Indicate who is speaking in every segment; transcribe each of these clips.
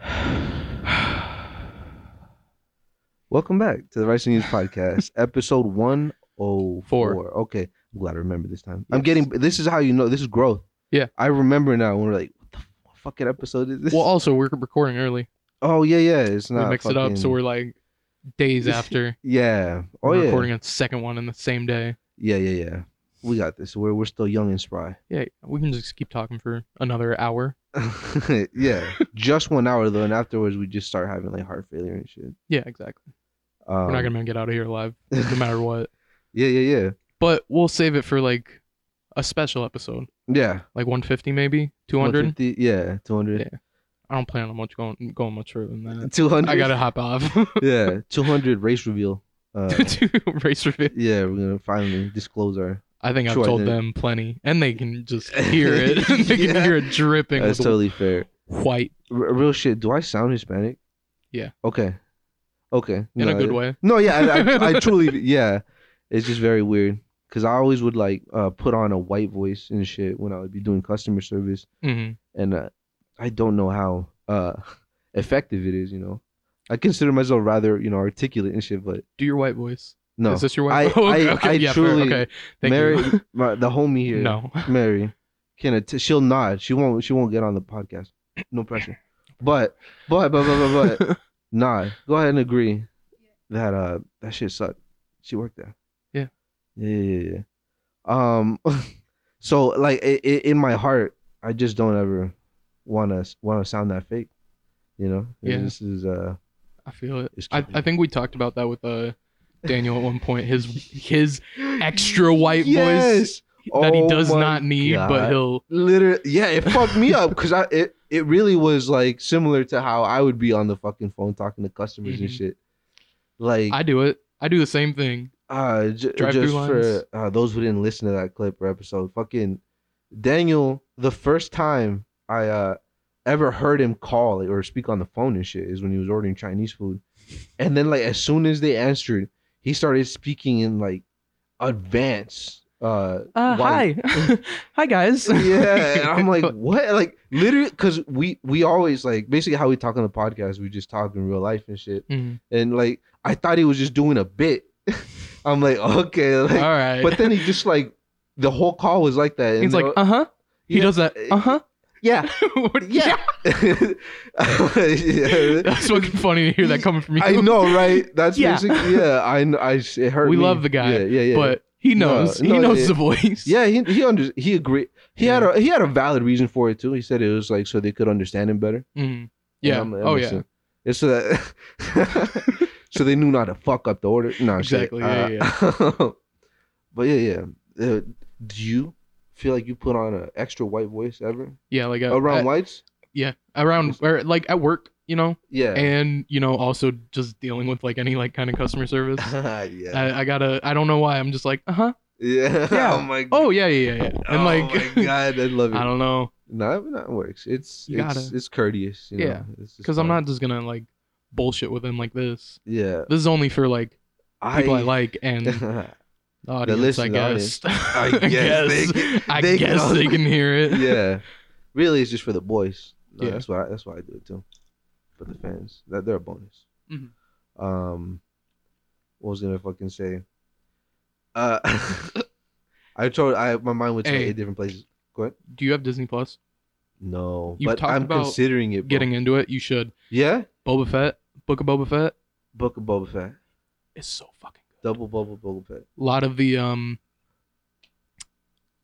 Speaker 1: Welcome back to the Rice and News Podcast, episode 104.
Speaker 2: Four.
Speaker 1: Okay. I'm glad I remember this time. I'm getting, this is how you know, this is growth.
Speaker 2: Yeah.
Speaker 1: I remember now when we're like, what the f- fucking episode is this?
Speaker 2: Well, also we're recording early.
Speaker 1: oh, yeah, yeah. It's
Speaker 2: We
Speaker 1: not.
Speaker 2: mixed it up, so
Speaker 1: fucking- Oh,
Speaker 2: we're like days after.
Speaker 1: Yeah. Oh,
Speaker 2: we're
Speaker 1: yeah.
Speaker 2: recording a second one in the same day.
Speaker 1: Yeah, yeah, yeah. We got this. We're, we're still young and spry.
Speaker 2: Yeah, we can just keep talking for another hour.
Speaker 1: yeah. Just one hour, though. And afterwards, we just start having like heart failure and shit.
Speaker 2: Yeah, exactly.
Speaker 1: Um,
Speaker 2: we're not gonna get out of here alive, no matter what.
Speaker 1: Yeah, yeah, yeah.
Speaker 2: But we'll save it for like a special episode,
Speaker 1: Yeah.
Speaker 2: like 150 maybe 200.
Speaker 1: 150 Yeah, 200.
Speaker 2: I don't plan on much going going much further than that.
Speaker 1: 200.
Speaker 2: I gotta hop off.
Speaker 1: Uh. Yeah, 200 race reveal. Uh,
Speaker 2: to race review.
Speaker 1: yeah, we're going to finally disclose our.
Speaker 2: I think I've
Speaker 1: Sure,
Speaker 2: told
Speaker 1: then.
Speaker 2: them plenty, and they can just hear it. they
Speaker 1: Yeah.
Speaker 2: can hear it dripping
Speaker 1: That's
Speaker 2: with
Speaker 1: totally fair.
Speaker 2: white
Speaker 1: R- real shit. Do I sound Hispanic?
Speaker 2: Yeah.
Speaker 1: Okay. Okay.
Speaker 2: in a
Speaker 1: No,
Speaker 2: good
Speaker 1: I-
Speaker 2: way.
Speaker 1: No, yeah, I, I, I truly, yeah. It's just very weird because I always would like uh, put on a white voice and shit when I would be doing customer service,
Speaker 2: hmm
Speaker 1: and uh, I don't know how uh, effective it is. You know, I consider myself rather you know articulate and shit, but
Speaker 2: Do your white voice.
Speaker 1: no,
Speaker 2: Is this your white
Speaker 1: I- I- I
Speaker 2: fair,
Speaker 1: truly-
Speaker 2: Thank
Speaker 1: Mary,
Speaker 2: you.
Speaker 1: my, the homie here,
Speaker 2: No.
Speaker 1: Mary, can att- she'll nod. She won't. She won't get on the podcast. No pressure. But but but but but, but nah. Go ahead and agree that uh that shit sucked. She worked there.
Speaker 2: Yeah.
Speaker 1: Yeah yeah yeah. yeah. Um, so like i i in my heart, I just don't ever want to want to sound that fake. You know.
Speaker 2: Yeah.
Speaker 1: This is uh.
Speaker 2: I feel it.
Speaker 1: It's
Speaker 2: I, I think we talked about that with uh Daniel at one point. His his extra white voice
Speaker 1: Yes!
Speaker 2: that he
Speaker 1: Oh
Speaker 2: does
Speaker 1: my
Speaker 2: not need, but
Speaker 1: God.
Speaker 2: he'll
Speaker 1: literally yeah it fucked me up because i it, it really was like similar to how i would be on the fucking phone talking to customers and
Speaker 2: Mhm.
Speaker 1: shit like
Speaker 2: I do it. I do the same thing.
Speaker 1: uh j-
Speaker 2: drive-through
Speaker 1: just
Speaker 2: lines.
Speaker 1: for uh, those who didn't listen to that clip or episode fucking daniel the first time i uh ever heard him call or speak on the phone and shit is when he was ordering chinese food and then like as soon as they answered he started speaking in like advance uh Why?
Speaker 2: hi. hi guys.
Speaker 1: yeah and i'm like what like literally because we we always like basically how we talk on the podcast we just talk in real life and shit
Speaker 2: Mhm.
Speaker 1: and like i thought he was just doing a bit i'm like okay
Speaker 2: All
Speaker 1: like,
Speaker 2: right.
Speaker 1: but then he just like the whole call was like that and
Speaker 2: he's like,
Speaker 1: the-
Speaker 2: uh huh. He
Speaker 1: Yeah.
Speaker 2: does that. Uh huh.
Speaker 1: yeah yeah, Yeah.
Speaker 2: That's fucking funny to hear that coming from you.
Speaker 1: i know right that's
Speaker 2: Yeah.
Speaker 1: basically yeah i know i it hurt
Speaker 2: We
Speaker 1: me.
Speaker 2: love the guy,
Speaker 1: yeah yeah yeah
Speaker 2: But he
Speaker 1: No,
Speaker 2: knows.
Speaker 1: no,
Speaker 2: he knows
Speaker 1: yeah.
Speaker 2: the voice.
Speaker 1: Yeah, he he under he agreed. He had
Speaker 2: Yeah.
Speaker 1: a he had a valid reason for it too. He said it was like so they could understand him better.
Speaker 2: Mhm. Yeah.
Speaker 1: And I'm- that
Speaker 2: oh
Speaker 1: makes
Speaker 2: yeah.
Speaker 1: sense. It's so that so they knew not to fuck up the order. No, shit.
Speaker 2: Exactly, yeah,
Speaker 1: Uh, but yeah, yeah. Uh, do you feel like you put on an extra white voice ever
Speaker 2: Yeah. Like I-
Speaker 1: around
Speaker 2: I-
Speaker 1: whites?
Speaker 2: yeah around or like at work you know
Speaker 1: Yeah.
Speaker 2: and you know also just dealing with like any like kind of customer service
Speaker 1: yeah.
Speaker 2: I, I gotta i don't know why i'm just like uh-huh
Speaker 1: yeah.
Speaker 2: Yeah.
Speaker 1: Oh my god.
Speaker 2: oh yeah yeah yeah, yeah. and like
Speaker 1: oh my god, I love it.
Speaker 2: i don't know
Speaker 1: no, that that works. It's
Speaker 2: You
Speaker 1: it's
Speaker 2: gotta-
Speaker 1: it's courteous. You know?
Speaker 2: Yeah,
Speaker 1: It's just
Speaker 2: because i'm
Speaker 1: fine.
Speaker 2: not just gonna like bullshit with him like this
Speaker 1: Yeah.
Speaker 2: this is only for like people i, like and the audience i
Speaker 1: listen, the audience.
Speaker 2: guess
Speaker 1: I guess they can-
Speaker 2: i
Speaker 1: they can
Speaker 2: guess they
Speaker 1: also-
Speaker 2: can hear it
Speaker 1: yeah. Really, it's just for the boys. No,
Speaker 2: Yeah.
Speaker 1: That's why. That's why I do it too. For the fans, that they're a bonus.
Speaker 2: Mhm.
Speaker 1: Um, what was I gonna fucking say? Uh, I told I my mind went to
Speaker 2: Hey.
Speaker 1: eight different places.
Speaker 2: do you have disney plus
Speaker 1: No,
Speaker 2: You
Speaker 1: but
Speaker 2: talked
Speaker 1: I'm
Speaker 2: about
Speaker 1: considering it. bro.
Speaker 2: getting into it you should
Speaker 1: yeah,
Speaker 2: boba fett book of boba fett
Speaker 1: Book of Boba Fett,
Speaker 2: is so fucking good
Speaker 1: double Boba Boba Fett.
Speaker 2: a lot of the um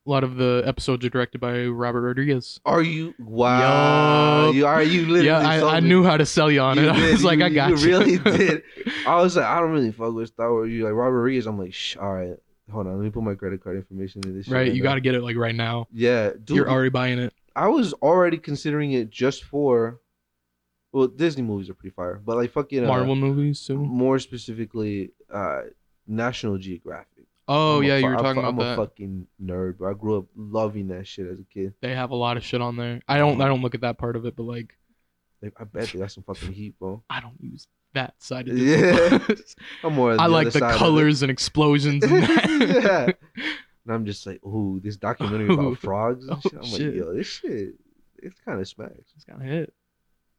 Speaker 2: a lot of the episodes are directed by Robert Rodriguez.
Speaker 1: Are you wow?
Speaker 2: Yup.
Speaker 1: You are you literally?
Speaker 2: yeah, I,
Speaker 1: sold
Speaker 2: I
Speaker 1: me.
Speaker 2: knew how to sell you on
Speaker 1: You
Speaker 2: it. I
Speaker 1: did,
Speaker 2: was like,
Speaker 1: you-
Speaker 2: I got you.
Speaker 1: really did. I was like, I don't really fuck with Star Wars. You like Robert Rodriguez? I'm like, Shh, all right, hold on, let me put my credit card information in this. shit
Speaker 2: right, you
Speaker 1: now."
Speaker 2: got to get it like right now.
Speaker 1: Yeah, dude.
Speaker 2: You're already buying it.
Speaker 1: I was already considering it just for, well, Disney movies are pretty fire, but like fucking uh,
Speaker 2: Marvel movies too.
Speaker 1: More specifically, uh, National Geographic.
Speaker 2: Oh
Speaker 1: I'm a
Speaker 2: yeah,
Speaker 1: fu-
Speaker 2: you were
Speaker 1: I'm
Speaker 2: talking
Speaker 1: fu-
Speaker 2: about
Speaker 1: I'm
Speaker 2: that.
Speaker 1: a fucking nerd, bro. I grew up loving that shit as a kid.
Speaker 2: They have a lot of shit on there. I don't I don't look at that part of it, but like
Speaker 1: Like, I bet they got some fucking heat, bro.
Speaker 2: I don't use that side of it.
Speaker 1: Yeah, I'm more. on
Speaker 2: I like
Speaker 1: other
Speaker 2: the
Speaker 1: side of it.
Speaker 2: colors and explosions. And
Speaker 1: yeah.
Speaker 2: that.
Speaker 1: And I'm just like, ooh, this documentary about frogs and
Speaker 2: Oh,
Speaker 1: shit. I'm
Speaker 2: shit.
Speaker 1: like, yo, this shit, it's kind of smacks.
Speaker 2: It's kind of hit.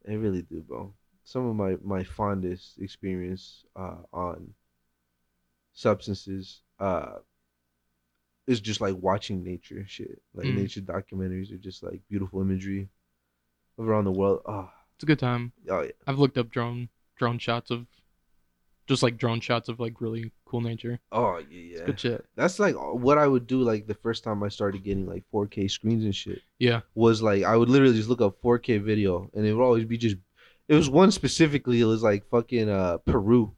Speaker 1: It really do, bro. some of my my fondest experience uh, on substances uh, is just like watching nature shit. Like
Speaker 2: Mm.
Speaker 1: nature documentaries are just like beautiful imagery of around the world. Oh,
Speaker 2: It's a good time.
Speaker 1: oh yeah.
Speaker 2: I've looked up drone drone shots of just like drone shots of like really cool nature.
Speaker 1: Oh yeah, yeah.
Speaker 2: Good shit.
Speaker 1: That's like uh, what I would do. Like the first time I started getting like 4K screens and shit
Speaker 2: Yeah.
Speaker 1: was like I would literally just look up 4K video, and it would always be just. It was one specifically. It was like fucking uh Peru,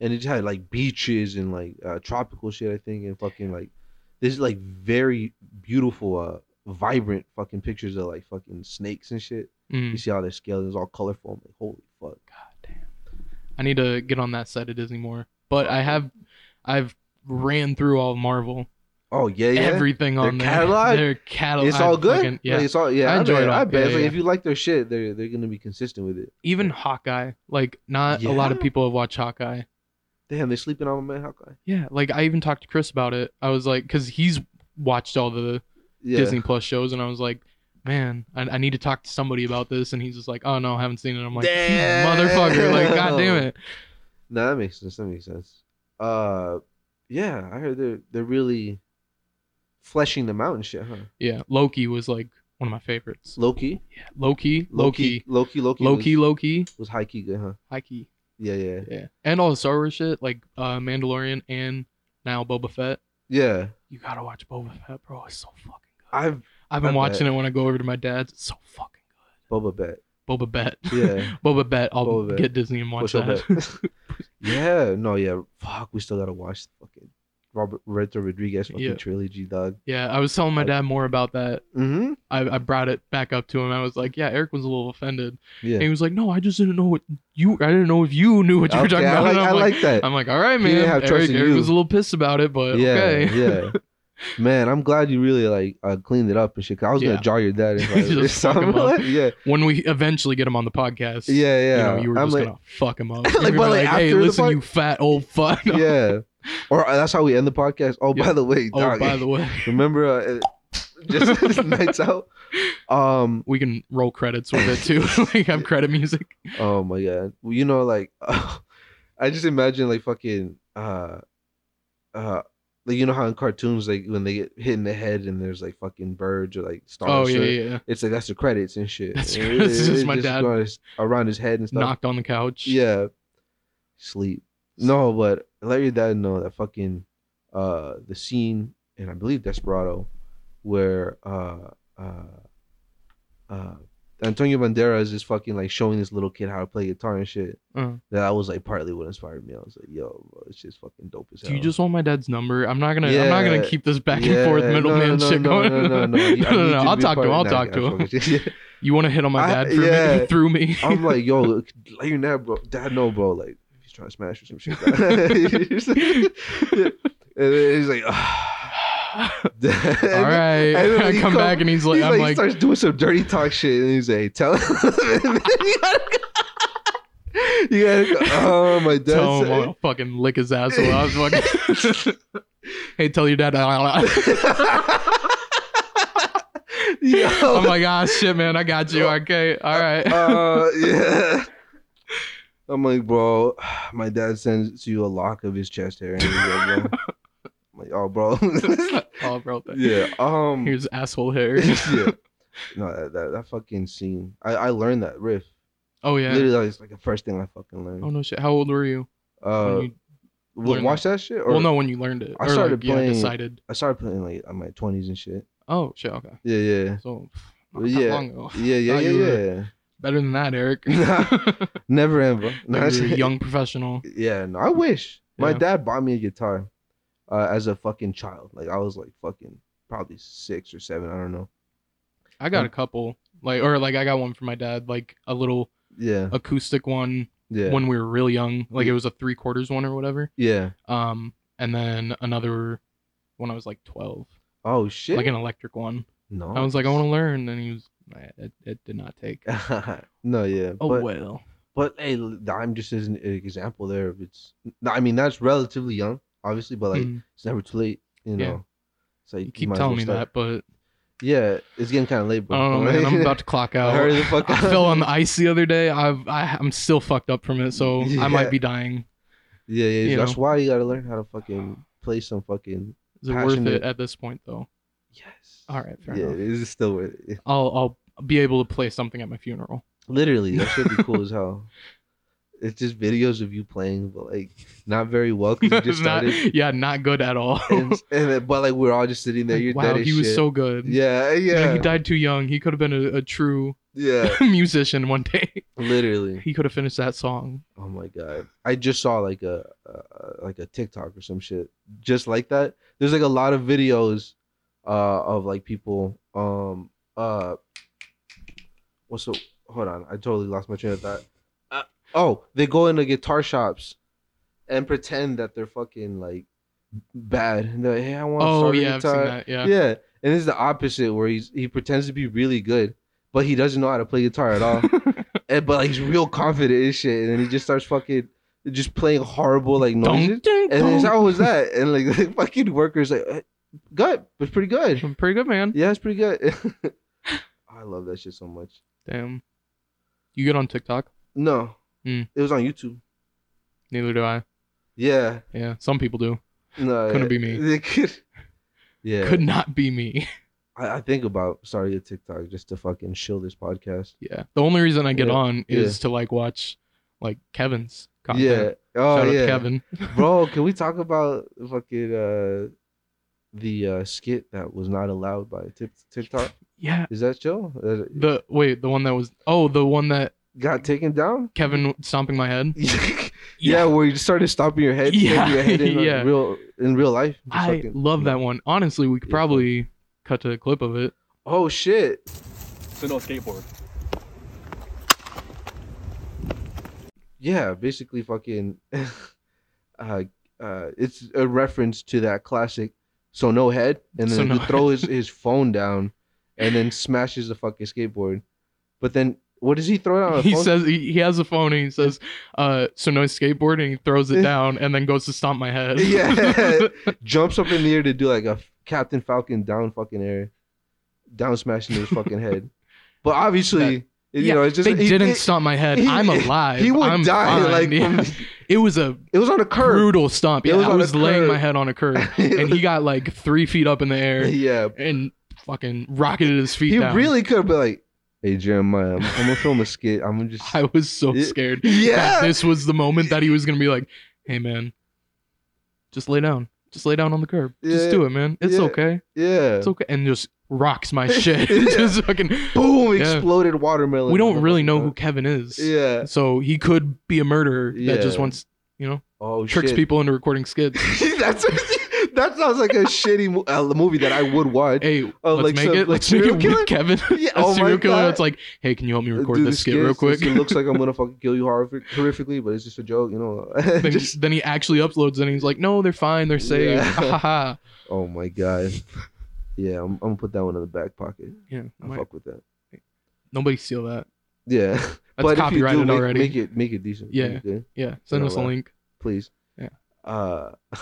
Speaker 1: and it had like beaches and like uh, tropical shit. I think and fucking like this like very beautiful, uh vibrant fucking pictures of like fucking snakes and shit. You
Speaker 2: Mm.
Speaker 1: see how their skeletons all colorful. I'm like, holy fuck.
Speaker 2: I need to get on that side of Disney more. But I have I've ran through all of Marvel.
Speaker 1: Oh yeah, yeah.
Speaker 2: Everything
Speaker 1: Their
Speaker 2: on there.
Speaker 1: catalog?
Speaker 2: Their catalog.
Speaker 1: it's all good.
Speaker 2: fucking- yeah.
Speaker 1: Like, it's all yeah.
Speaker 2: I
Speaker 1: I,
Speaker 2: enjoy
Speaker 1: bet,
Speaker 2: it all.
Speaker 1: I bet.
Speaker 2: Yeah,
Speaker 1: It's like,
Speaker 2: yeah.
Speaker 1: if you like their shit, they're they're gonna be consistent with it.
Speaker 2: Even Hawkeye. Like not a lot of
Speaker 1: Yeah.
Speaker 2: people have watched Hawkeye.
Speaker 1: Damn, they're sleeping on my man Hawkeye.
Speaker 2: Yeah, like I even talked to Chris about it. I was like, because he's watched all the
Speaker 1: Yeah.
Speaker 2: Disney Plus shows, and I was like, man, I, I need to talk to somebody about this. And he's just like, oh no, I haven't seen it. I'm like,
Speaker 1: Damn.
Speaker 2: motherfucker, like, god damn it.
Speaker 1: No, that makes sense. That makes sense. Uh, yeah, I heard they're they're really fleshing them out and shit, huh?
Speaker 2: Yeah, Loki was like one of my favorites.
Speaker 1: Loki,
Speaker 2: Yeah, Loki, Loki,
Speaker 1: Loki, Loki,
Speaker 2: Loki,
Speaker 1: was,
Speaker 2: Loki,
Speaker 1: was high key good, huh?
Speaker 2: Hikey.
Speaker 1: Yeah, yeah,
Speaker 2: Yeah, and all the Star Wars shit, like uh, Mandalorian and now Boba Fett.
Speaker 1: yeah.
Speaker 2: You gotta watch Boba Fett, bro. It's so fucking good.
Speaker 1: I've
Speaker 2: I've been
Speaker 1: I
Speaker 2: watching it when I go over to my dad's. It's so fucking
Speaker 1: Boba Bet.
Speaker 2: good. Boba Bet.
Speaker 1: Yeah,
Speaker 2: Boba Bet. I'll
Speaker 1: Boba Fett.
Speaker 2: get Disney and
Speaker 1: what's
Speaker 2: watch
Speaker 1: up,
Speaker 2: that.
Speaker 1: Bet? yeah, no, yeah. Fuck, we still gotta watch the fucking Robert Roberto Rodriguez fucking
Speaker 2: Yeah.
Speaker 1: trilogy, dog.
Speaker 2: Yeah, I was telling my
Speaker 1: Like-
Speaker 2: dad more about that.
Speaker 1: Mm-hmm.
Speaker 2: I, I brought it back up to him. I was like, "Yeah, Eric was a little offended."
Speaker 1: Yeah.
Speaker 2: And he was like, "No, I just didn't know what you. I didn't know if you knew what you were
Speaker 1: Okay,
Speaker 2: talking
Speaker 1: I
Speaker 2: about."
Speaker 1: like,
Speaker 2: And
Speaker 1: I
Speaker 2: I'm
Speaker 1: like that.
Speaker 2: I'm like, "All right,
Speaker 1: He
Speaker 2: man."
Speaker 1: didn't have trust
Speaker 2: Eric,
Speaker 1: in
Speaker 2: Eric
Speaker 1: you.
Speaker 2: was a little pissed about it, but
Speaker 1: yeah,
Speaker 2: okay.
Speaker 1: yeah. Man, I'm glad you really like uh, cleaned it up and shit. 'cause I was
Speaker 2: Yeah.
Speaker 1: gonna jar your dad. If I,
Speaker 2: Just
Speaker 1: if
Speaker 2: fuck him
Speaker 1: something
Speaker 2: up.
Speaker 1: like- yeah,
Speaker 2: When we eventually get him on the podcast,
Speaker 1: yeah, yeah.
Speaker 2: you know, you were
Speaker 1: I'm
Speaker 2: just
Speaker 1: like,
Speaker 2: gonna fuck him up.
Speaker 1: Like,
Speaker 2: You're gonna be
Speaker 1: but, like,
Speaker 2: hey,
Speaker 1: after the
Speaker 2: listen,
Speaker 1: pod-
Speaker 2: you fat old fuck.
Speaker 1: yeah. Or uh, that's how we end the podcast. Oh,
Speaker 2: Yeah.
Speaker 1: by the way,
Speaker 2: Oh,
Speaker 1: dog,
Speaker 2: by the way,
Speaker 1: remember uh, just nights out. Um.
Speaker 2: we can roll credits with it too. like, have credit music.
Speaker 1: Oh my god. Well, You know, like I just imagine like fucking uh, uh, like you know how in cartoons like when they get hit in the head and there's like fucking birds or like stars.
Speaker 2: Oh yeah,
Speaker 1: or-
Speaker 2: yeah, yeah.
Speaker 1: it's like that's the credits and shit.
Speaker 2: That's-
Speaker 1: And
Speaker 2: that's just my dad.
Speaker 1: around his- around his head and stuff.
Speaker 2: Knocked on the couch.
Speaker 1: Yeah, sleep. No, but let your dad know that fucking uh the scene and I believe Desperado where uh uh uh Antonio Banderas is fucking like showing this little kid how to play guitar and shit.
Speaker 2: Uh.
Speaker 1: That was like partly what inspired me. I was like, yo, bro, it's just fucking dope as hell.
Speaker 2: Do you just want my dad's number? I'm not gonna. I'm not gonna
Speaker 1: Yeah.
Speaker 2: keep this back
Speaker 1: Yeah,
Speaker 2: and forth middleman
Speaker 1: no, no,
Speaker 2: shit
Speaker 1: no,
Speaker 2: going.
Speaker 1: No, no, no, no. I
Speaker 2: no, no,
Speaker 1: need you
Speaker 2: I'll
Speaker 1: be a
Speaker 2: talk
Speaker 1: part
Speaker 2: to him.
Speaker 1: of-
Speaker 2: I'll
Speaker 1: nah,
Speaker 2: talk
Speaker 1: nah,
Speaker 2: to him.
Speaker 1: fuck it.
Speaker 2: You want to hit on my
Speaker 1: I-
Speaker 2: dad for me,
Speaker 1: yeah.
Speaker 2: through me?
Speaker 1: I'm like, yo, look, let your dad, bro. Dad, no, bro. Like, he's trying to smash or some shit. and then he's like, ah.
Speaker 2: All right.
Speaker 1: and then
Speaker 2: I
Speaker 1: he
Speaker 2: come
Speaker 1: come-
Speaker 2: back and he's like,
Speaker 1: he's
Speaker 2: I'm
Speaker 1: like, he
Speaker 2: like,
Speaker 1: starts doing some dirty talk shit, and he's like, tell him. you gotta go. Oh my dad.
Speaker 2: tell him
Speaker 1: said-
Speaker 2: I'll fucking lick his ass. While I fucking... hey, tell your dad. I'm uh,
Speaker 1: Yo.
Speaker 2: like, ah, shit, man, I got you. Okay, all right.
Speaker 1: uh, yeah. I'm like, bro, my dad sends you a lock of his chest hair. And he's like, bro. I'm like, oh, bro.
Speaker 2: oh, bro. thank-
Speaker 1: yeah. Um.
Speaker 2: Here's asshole hair.
Speaker 1: yeah. No, that, that that fucking scene. I I learned that riff.
Speaker 2: Oh yeah.
Speaker 1: Literally, like, it's like the first thing I fucking
Speaker 2: Oh
Speaker 1: learned.
Speaker 2: no, shit. How old were you?
Speaker 1: Uh,
Speaker 2: Oh, when you
Speaker 1: wa-
Speaker 2: learned
Speaker 1: watch that shit. Or
Speaker 2: well, no, when you learned it.
Speaker 1: I
Speaker 2: Or, like,
Speaker 1: started
Speaker 2: yeah,
Speaker 1: playing-
Speaker 2: decided.
Speaker 1: I started playing like in my twenties and shit.
Speaker 2: Oh shit. Okay.
Speaker 1: Yeah, yeah,
Speaker 2: So.
Speaker 1: Well,
Speaker 2: Not that
Speaker 1: yeah.
Speaker 2: long ago.
Speaker 1: yeah, yeah,
Speaker 2: Thought
Speaker 1: yeah,
Speaker 2: you
Speaker 1: yeah.
Speaker 2: Better than that, Eric.
Speaker 1: Nah. Never ever. No,
Speaker 2: Like,
Speaker 1: that's-
Speaker 2: you're a young professional.
Speaker 1: Yeah, no, I wish. My
Speaker 2: Yeah.
Speaker 1: dad bought me a guitar uh, as a fucking child. Like I was like fucking probably six or seven. I don't know.
Speaker 2: I got
Speaker 1: Yeah.
Speaker 2: a couple, like or like I got one for my dad, like a little
Speaker 1: Yeah,
Speaker 2: acoustic one
Speaker 1: yeah,
Speaker 2: when we were real young, like it was a three quarters one or whatever.
Speaker 1: yeah.
Speaker 2: Um, and then another when I was like twelve,
Speaker 1: Oh shit!
Speaker 2: like an electric one.
Speaker 1: no,
Speaker 2: I was like, I want to learn, and he was, "Nah, it, it did not take.
Speaker 1: no, yeah.
Speaker 2: Oh
Speaker 1: but,
Speaker 2: well,
Speaker 1: but hey, l- I'm just as an example there. Of it's, I mean, that's relatively young, obviously, but like
Speaker 2: Mm,
Speaker 1: it's never too late. You know,
Speaker 2: Yeah.
Speaker 1: it's like
Speaker 2: you keep
Speaker 1: might as
Speaker 2: telling
Speaker 1: well
Speaker 2: me
Speaker 1: start.
Speaker 2: that, but
Speaker 1: Yeah, it's getting kind of late, bro.
Speaker 2: Oh man, I'm about to clock out.
Speaker 1: Hurry the fuck
Speaker 2: I
Speaker 1: up.
Speaker 2: fell on the ice the other day. I've, I, I'm still fucked up from it, so I
Speaker 1: Yeah.
Speaker 2: might be dying.
Speaker 1: Yeah, yeah.
Speaker 2: you
Speaker 1: that's
Speaker 2: know.
Speaker 1: why you gotta learn how to fucking play some fucking.
Speaker 2: Is it worth
Speaker 1: Passionate.
Speaker 2: it at this point, though?
Speaker 1: Yes.
Speaker 2: All right, fair
Speaker 1: Yeah,
Speaker 2: enough.
Speaker 1: it is still worth it.
Speaker 2: I'll, I'll be able to play something at my funeral.
Speaker 1: Literally, that should be cool as hell. It's just videos of you playing, but like not very well because you just
Speaker 2: Not-
Speaker 1: started.
Speaker 2: yeah, not good at all.
Speaker 1: and, and then- but like we're all just sitting there. You're
Speaker 2: wow,
Speaker 1: dead as
Speaker 2: he was
Speaker 1: shit.
Speaker 2: so good.
Speaker 1: Yeah,
Speaker 2: You know,
Speaker 1: yeah,
Speaker 2: he died too young. He could have been a, a true
Speaker 1: yeah.
Speaker 2: musician one day.
Speaker 1: Literally.
Speaker 2: He could have finished that song.
Speaker 1: Oh my god! I just saw like a, a like a TikTok or some shit just like that. There's like a lot of videos uh of like people um uh what's the hold on I totally lost my train of thought. Uh, oh, they go into guitar shops and pretend that they're fucking like bad. And they're like, hey, I want to
Speaker 2: Oh
Speaker 1: start a
Speaker 2: yeah, I've seen
Speaker 1: guitar."
Speaker 2: that. Yeah.
Speaker 1: Yeah, and it's the opposite where he's he pretends to be really good, but he doesn't know how to play guitar at all. and, but like he's real confident and shit, and then he just starts fucking just playing horrible like
Speaker 2: Dun,
Speaker 1: noises.
Speaker 2: dun,
Speaker 1: And then it's,
Speaker 2: dun.
Speaker 1: how was that? And like the fucking workers like "Eh, good, it's pretty good.
Speaker 2: I'm pretty good, man.
Speaker 1: Yeah, it's pretty good. I love that shit so much.
Speaker 2: Damn. You good on TikTok?
Speaker 1: No,
Speaker 2: Mm.
Speaker 1: it was on YouTube.
Speaker 2: Neither do I.
Speaker 1: Yeah,
Speaker 2: Yeah, some people do.
Speaker 1: no,
Speaker 2: Couldn't
Speaker 1: yeah.
Speaker 2: be me.
Speaker 1: They could- yeah,
Speaker 2: Could not be me.
Speaker 1: I, I think about starting a TikTok just to fucking shill this podcast.
Speaker 2: Yeah. The only reason I get
Speaker 1: Yeah.
Speaker 2: on is to like watch like Kevin's
Speaker 1: Yeah.
Speaker 2: content.
Speaker 1: Oh
Speaker 2: Shout out
Speaker 1: yeah.
Speaker 2: to Kevin.
Speaker 1: Bro, can we talk about fucking uh the uh skit that was not allowed by Tik TikTok?
Speaker 2: Yeah.
Speaker 1: Is that Joe? Uh,
Speaker 2: The wait, the one that was oh, the one that
Speaker 1: got taken down?
Speaker 2: Kevin stomping my head.
Speaker 1: yeah, where you started stopping your head,
Speaker 2: Yeah,
Speaker 1: yeah, your head in like,
Speaker 2: yeah.
Speaker 1: real in real life. Just
Speaker 2: I
Speaker 1: fucking-
Speaker 2: love that one. Honestly, we could
Speaker 1: Yeah.
Speaker 2: probably cut to a clip of it.
Speaker 1: Oh shit.
Speaker 3: So no skateboard.
Speaker 1: Yeah, basically fucking uh uh it's a reference to that classic so no head and
Speaker 2: So
Speaker 1: then
Speaker 2: No
Speaker 1: he throws his, his phone down and then smashes the fucking skateboard. But then what does he throw down? A
Speaker 2: He
Speaker 1: phone?
Speaker 2: says he, he has a phone and he says, uh, so no skateboard and he throws it down and then goes to stomp my head.
Speaker 1: Eh. Yeah. jumps up in the air to do like a Captain Falcon down fucking air, down smash into his fucking head. But obviously, you
Speaker 2: Yeah,
Speaker 1: know, it's just
Speaker 2: they
Speaker 1: he-
Speaker 2: didn't
Speaker 1: he-
Speaker 2: stomp my head.
Speaker 1: he-
Speaker 2: I'm alive.
Speaker 1: He would
Speaker 2: I'm
Speaker 1: die.
Speaker 2: fine.
Speaker 1: Like
Speaker 2: Yeah.
Speaker 1: from-
Speaker 2: it was a
Speaker 1: it was on a curve.
Speaker 2: brutal stomp.
Speaker 1: It
Speaker 2: Yeah,
Speaker 1: was
Speaker 2: I
Speaker 1: on a
Speaker 2: was laying
Speaker 1: curb.
Speaker 2: my head on a curb, and he got like three feet up in the air
Speaker 1: yeah,
Speaker 2: and fucking rocketed his feet
Speaker 1: he
Speaker 2: down.
Speaker 1: really could have been like, "Hey Jeremiah, I'm, I'm gonna film a skit. I'm gonna just
Speaker 2: I was so
Speaker 1: Yeah.
Speaker 2: scared. that
Speaker 1: yeah."
Speaker 2: this was the moment that he was gonna be like, "Hey man, just lay down, just lay down on the curb, just
Speaker 1: Yeah.
Speaker 2: do it, man. It's
Speaker 1: Yeah.
Speaker 2: okay,
Speaker 1: Yeah,
Speaker 2: it's okay," and just rocks my shit.
Speaker 1: Yeah.
Speaker 2: just fucking.
Speaker 1: boom!
Speaker 2: Yeah.
Speaker 1: Exploded watermelon.
Speaker 2: We don't really
Speaker 1: motherfucker.
Speaker 2: know who Kevin is,
Speaker 1: Yeah.
Speaker 2: so he could be a murderer that just
Speaker 1: Yeah.
Speaker 2: wants, you know,
Speaker 1: Oh
Speaker 2: tricks
Speaker 1: shit.
Speaker 2: people into recording skits.
Speaker 1: That's that sounds like a shitty mo- uh, movie that I would watch.
Speaker 2: Hey,
Speaker 1: Oh,
Speaker 2: let's
Speaker 1: like
Speaker 2: make
Speaker 1: some- like
Speaker 2: it. Let's make it
Speaker 1: serial
Speaker 2: with
Speaker 1: killer?
Speaker 2: Kevin.
Speaker 1: Yeah,
Speaker 2: a
Speaker 1: oh my
Speaker 2: serial killer.
Speaker 1: God. Uh,
Speaker 2: That's like, hey, can you help me record
Speaker 1: do
Speaker 2: this
Speaker 1: the
Speaker 2: skit real
Speaker 1: skits, it's-
Speaker 2: quick?
Speaker 1: It looks like I'm gonna fucking kill you horrif- horrifically, but it's just a joke, you know.
Speaker 2: then,
Speaker 1: Just-
Speaker 2: then he actually uploads it and he's like, no, they're fine, they're safe.
Speaker 1: Yeah.
Speaker 2: Ha, ha, ha.
Speaker 1: oh my god. Yeah, I'm, I'm gonna put that one in the back pocket.
Speaker 2: yeah,
Speaker 1: I
Speaker 2: my-
Speaker 1: fuck with that.
Speaker 2: nobody steal that.
Speaker 1: Yeah,
Speaker 2: That's
Speaker 1: if you do,
Speaker 2: copyrighted
Speaker 1: make,
Speaker 2: already.
Speaker 1: Make it make it decent. make
Speaker 2: Yeah.
Speaker 1: it good,
Speaker 2: yeah, send
Speaker 1: know
Speaker 2: us a
Speaker 1: that.
Speaker 2: link.
Speaker 1: please.
Speaker 2: Yeah.
Speaker 1: Uh,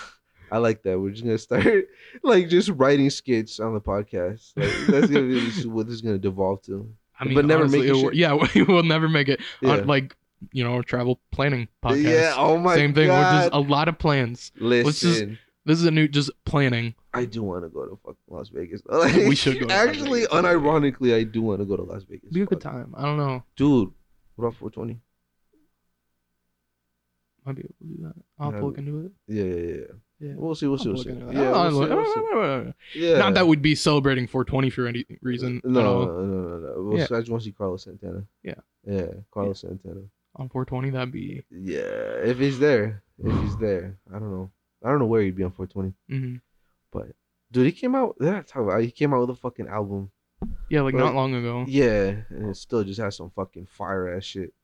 Speaker 1: I like that. We're just gonna start like just writing skits on the podcast. Like, that's gonna be this is what this is gonna devolve to.
Speaker 2: I mean,
Speaker 1: But never
Speaker 2: honestly,
Speaker 1: make
Speaker 2: it
Speaker 1: it
Speaker 2: wor-
Speaker 1: shit.
Speaker 2: yeah, we will never make it.
Speaker 1: Yeah.
Speaker 2: On, like, you know, our travel planning podcast.
Speaker 1: Yeah. Oh my
Speaker 2: Same thing. We're
Speaker 1: god.
Speaker 2: just a lot of plans.
Speaker 1: Listen,
Speaker 2: just- This is a new just planning.
Speaker 1: I do want to go to fucking Las Vegas.
Speaker 2: We should go to Las
Speaker 1: Actually,
Speaker 2: Vegas.
Speaker 1: unironically, I do want to go to Las Vegas.
Speaker 2: It'll be a good
Speaker 1: Fuck.
Speaker 2: time. I don't know.
Speaker 1: dude. What about 420?
Speaker 2: Might be able to do that. I'll have
Speaker 1: Yeah.
Speaker 2: to look into it.
Speaker 1: Yeah, yeah, yeah.
Speaker 2: Yeah.
Speaker 1: We'll see. We'll see.
Speaker 2: I'll
Speaker 1: We'll
Speaker 2: look
Speaker 1: see.
Speaker 2: into it.
Speaker 1: Yeah,
Speaker 2: I'll
Speaker 1: we'll see,
Speaker 2: look-
Speaker 1: we'll see. yeah.
Speaker 2: Not that we'd be celebrating 420 for any reason.
Speaker 1: No,
Speaker 2: at all.
Speaker 1: no, no, no, no. We'll
Speaker 2: Yeah.
Speaker 1: I just want to see Carlos Santana.
Speaker 2: Yeah.
Speaker 1: Yeah, Carlos Santana.
Speaker 2: on 420 that'd be
Speaker 1: Yeah, if he's there, if he's there, I don't know. I don't know where he'd be on 420.
Speaker 2: mhm.
Speaker 1: Dude, he came out. They're not talking about. He came out with a fucking album.
Speaker 2: yeah like
Speaker 1: Well,
Speaker 2: not long ago
Speaker 1: Yeah, and it still just has some fucking fire ass shit.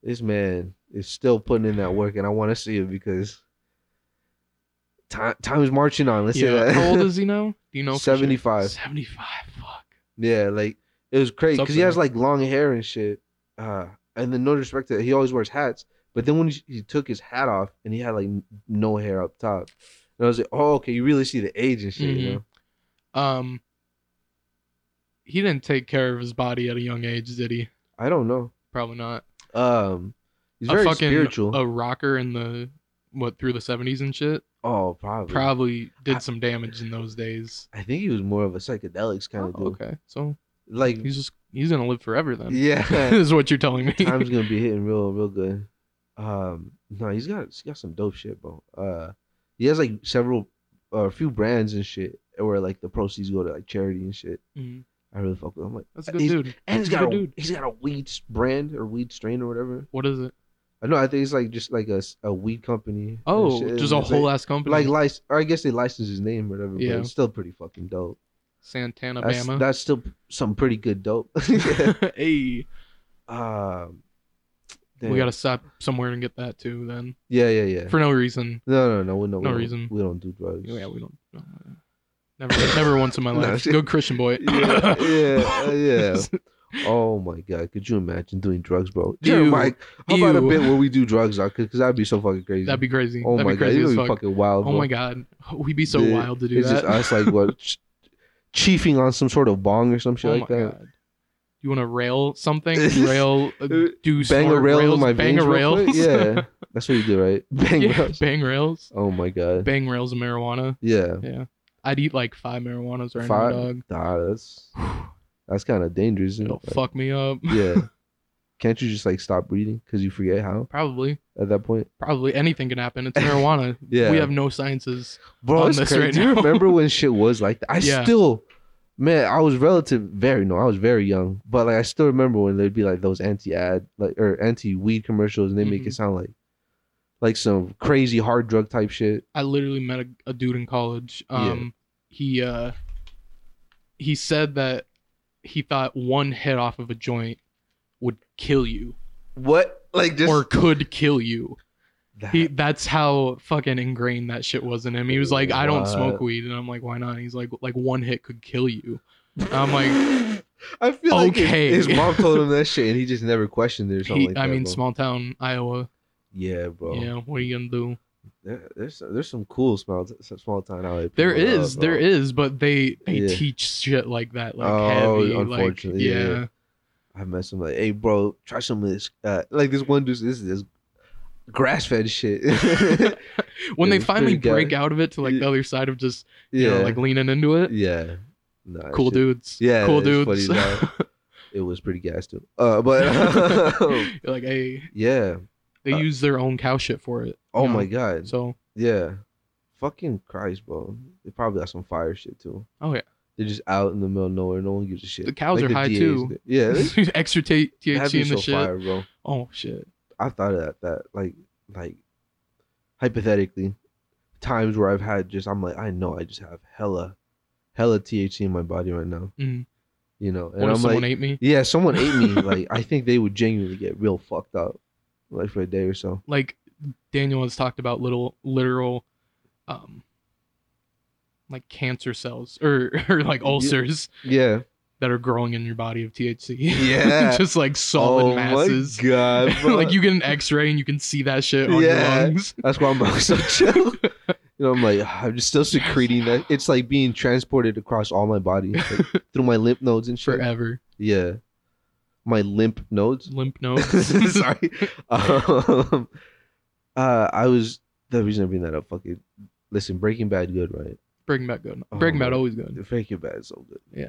Speaker 1: This man is still putting in that work, and I want to see it because time time is marching on. Let's
Speaker 2: yeah
Speaker 1: say that.
Speaker 2: how old is he now do you know for sure?
Speaker 1: 75.
Speaker 2: 75 fuck
Speaker 1: Yeah, like it was crazy
Speaker 2: It's up
Speaker 1: because he has
Speaker 2: there.
Speaker 1: like long hair and shit. Uh, and then no respect to that, he always wears hats. But then when he, he took his hat off and he had like n- no hair up
Speaker 2: Mm-hmm.
Speaker 1: top, and I was like, oh okay, you really see the age and shit, you know?
Speaker 2: um he didn't take care of his body at a young age, did he?
Speaker 1: I don't know.
Speaker 2: Probably not.
Speaker 1: Um, he's
Speaker 2: a
Speaker 1: very
Speaker 2: fucking
Speaker 1: spiritual.
Speaker 2: a rocker in the what through the 70s and shit
Speaker 1: oh, probably.
Speaker 2: probably
Speaker 1: I-
Speaker 2: did some damage in those days.
Speaker 1: I think he was more of a psychedelics kind
Speaker 2: Oh,
Speaker 1: of dude.
Speaker 2: okay. So
Speaker 1: Like,
Speaker 2: he's just he's going to live forever then.
Speaker 1: yeah,
Speaker 2: is what you're telling me.
Speaker 1: time's gonna be hitting real, real good. Um, no, he's got he's got some dope shit, bro. Uh, he has like several, uh, a few brands and shit where like the proceeds go to like charity and shit.
Speaker 2: Mhm.
Speaker 1: I really fuck with. him. I'm like,
Speaker 2: That's a good
Speaker 1: He's-
Speaker 2: dude.
Speaker 1: and he's
Speaker 2: He's
Speaker 1: got a,
Speaker 2: good dude.
Speaker 1: he's got a weed s- brand or weed strain or whatever.
Speaker 2: What is it?
Speaker 1: I know. I think it's like just like a, s- a weed company. and
Speaker 2: Oh,
Speaker 1: shit.
Speaker 2: just a
Speaker 1: It's
Speaker 2: whole
Speaker 1: like,
Speaker 2: ass company
Speaker 1: like
Speaker 2: like,
Speaker 1: license, or I guess they license his name or whatever. Yeah.
Speaker 2: Yeah.
Speaker 1: but it's still pretty fucking dope.
Speaker 2: Santana
Speaker 1: That's,
Speaker 2: Bama.
Speaker 1: that's still some pretty good dope.
Speaker 2: hey,
Speaker 1: um, damn.
Speaker 2: we gotta stop somewhere and get that too. Then
Speaker 1: Yeah, yeah, yeah.
Speaker 2: for no reason.
Speaker 1: No, no, no. We no,
Speaker 2: No reason.
Speaker 1: We don't do drugs.
Speaker 2: Yeah, we don't. no, uh, never, never once in my
Speaker 1: No,
Speaker 2: life.
Speaker 1: shit.
Speaker 2: Good Christian boy.
Speaker 1: yeah, yeah, uh, yeah. Oh my god, could you imagine doing drugs, bro? Dude,
Speaker 2: Ew.
Speaker 1: Mike, how about a
Speaker 2: Ew.
Speaker 1: bit where we do drugs, because that'd be so fucking crazy.
Speaker 2: That'd be crazy.
Speaker 1: oh
Speaker 2: That'd
Speaker 1: my
Speaker 2: be
Speaker 1: god,
Speaker 2: crazy
Speaker 1: it
Speaker 2: as
Speaker 1: would be
Speaker 2: fuck.
Speaker 1: fucking wild.
Speaker 2: Oh
Speaker 1: bro.
Speaker 2: my god, we'd be so
Speaker 1: Dude,
Speaker 2: wild to do
Speaker 1: it's
Speaker 2: that.
Speaker 1: just us like what ch- chiefing on some sort of bong or some shit
Speaker 2: oh
Speaker 1: like
Speaker 2: my
Speaker 1: that.
Speaker 2: god. You want to rail something? Rail, uh,
Speaker 1: Bang Bang a
Speaker 2: do snort
Speaker 1: rail in
Speaker 2: rails,
Speaker 1: my
Speaker 2: bang
Speaker 1: veins,
Speaker 2: a
Speaker 1: real
Speaker 2: rails.
Speaker 1: quick? Yeah, that's what you do, right? Bang
Speaker 2: Yeah,
Speaker 1: rails.
Speaker 2: bang rails,
Speaker 1: Oh my god.
Speaker 2: bang rails of marijuana.
Speaker 1: Yeah.
Speaker 2: Yeah, I'd eat like five marijuanas right
Speaker 1: Fire.
Speaker 2: now, dog.
Speaker 1: Nah, that's that's kind of dangerous. Isn't
Speaker 2: It'll
Speaker 1: it? Like,
Speaker 2: fuck me up.
Speaker 1: yeah. Can't you just like stop breathing because you forget how
Speaker 2: Probably,
Speaker 1: at that point?
Speaker 2: probably anything can happen. It's marijuana.
Speaker 1: Yeah.
Speaker 2: We have no sciences.
Speaker 1: Bro,
Speaker 2: on
Speaker 1: it's
Speaker 2: this
Speaker 1: crazy.
Speaker 2: right
Speaker 1: Do you
Speaker 2: now.
Speaker 1: remember when shit was like that? I
Speaker 2: Yeah.
Speaker 1: still, man, I was relative very no, I was very young, but like I still remember when there'd be like those anti-ad like or anti-weed commercials, and they
Speaker 2: Mm-hmm.
Speaker 1: make it sound like like some crazy hard drug type shit.
Speaker 2: I literally met a, a dude in college.
Speaker 1: Yeah.
Speaker 2: Um, he uh, he said that he thought one hit off of a joint would kill you
Speaker 1: What like just
Speaker 2: or could kill you.
Speaker 1: that.
Speaker 2: He that's how fucking ingrained that shit was in him. He was like, I don't smoke weed, and I'm like, why not? And he's like, like one hit could kill you. I'm like,
Speaker 1: I feel like his-
Speaker 2: okay.
Speaker 1: his, mom told him that shit, and he just never questioned it or something
Speaker 2: He,
Speaker 1: like that.
Speaker 2: I mean,
Speaker 1: bro.
Speaker 2: small town Iowa.
Speaker 1: Yeah, bro.
Speaker 2: Yeah, what are you gonna do?
Speaker 1: There, there's there's some cool small small town out there.
Speaker 2: There is, there is, but they they
Speaker 1: Yeah.
Speaker 2: teach shit like that, like
Speaker 1: Oh,
Speaker 2: heavy,
Speaker 1: unfortunately,
Speaker 2: like
Speaker 1: yeah.
Speaker 2: yeah.
Speaker 1: I met some like, hey, bro, try some of this. Uh, like this one dude, this is grass fed shit.
Speaker 2: when
Speaker 1: Yeah,
Speaker 2: they
Speaker 1: it's
Speaker 2: finally
Speaker 1: pretty good.
Speaker 2: break out of it to like
Speaker 1: Yeah.
Speaker 2: the other side of just you
Speaker 1: yeah,
Speaker 2: know like leaning into it.
Speaker 1: yeah, Nah,
Speaker 2: cool
Speaker 1: shit.
Speaker 2: dudes.
Speaker 1: Yeah,
Speaker 2: cool
Speaker 1: it's
Speaker 2: dudes.
Speaker 1: funny as hell. it was pretty gas too. Uh, but
Speaker 2: You're like, hey,
Speaker 1: yeah.
Speaker 2: they
Speaker 1: Uh,
Speaker 2: use their own cow shit for it.
Speaker 1: Oh
Speaker 2: you know?
Speaker 1: my god.
Speaker 2: So
Speaker 1: yeah. Fucking Christ, bro. They probably got some fire shit too.
Speaker 2: Oh, yeah.
Speaker 1: They're just out in the middle of nowhere. No one gives a shit.
Speaker 2: The cows are high,
Speaker 1: DAs
Speaker 2: too.
Speaker 1: did. Yeah. they-
Speaker 2: extra t-
Speaker 1: That'd be
Speaker 2: THC in the
Speaker 1: so
Speaker 2: shit.
Speaker 1: fire, bro.
Speaker 2: Oh shit.
Speaker 1: I've thought of that, that like like hypothetically times where I've had just I'm like I know I just have hella hella THC in my body right now.
Speaker 2: Mhm.
Speaker 1: You know, and
Speaker 2: What if
Speaker 1: I'm
Speaker 2: someone
Speaker 1: like
Speaker 2: ate me?
Speaker 1: yeah, someone ate me. like I think they would genuinely get real fucked up like for a day or so.
Speaker 2: Like Daniel has talked about little literal, um, like cancer cells or or like ulcers
Speaker 1: Yeah.
Speaker 2: that are growing in your body of THC.
Speaker 1: Yeah.
Speaker 2: just like solid
Speaker 1: oh
Speaker 2: masses.
Speaker 1: my god. bro.
Speaker 2: like you get an X-ray and you can see that shit on
Speaker 1: Yeah.
Speaker 2: your lungs.
Speaker 1: That's why I'm so chill. you know, I'm like I'm just still secreting that. It's like being transported across all my body like, through my lymph nodes and shit.
Speaker 2: forever.
Speaker 1: Yeah. My lymph nodes.
Speaker 2: Limp nodes.
Speaker 1: Sorry. Um, uh, I was the reason I bring that up. Fucking listen, Breaking Bad, good, right?
Speaker 2: Breaking Bad good.
Speaker 1: Oh,
Speaker 2: Breaking Bad
Speaker 1: man.
Speaker 2: always good.
Speaker 1: Breaking Bad is so good.
Speaker 2: Mm-hmm. Yeah.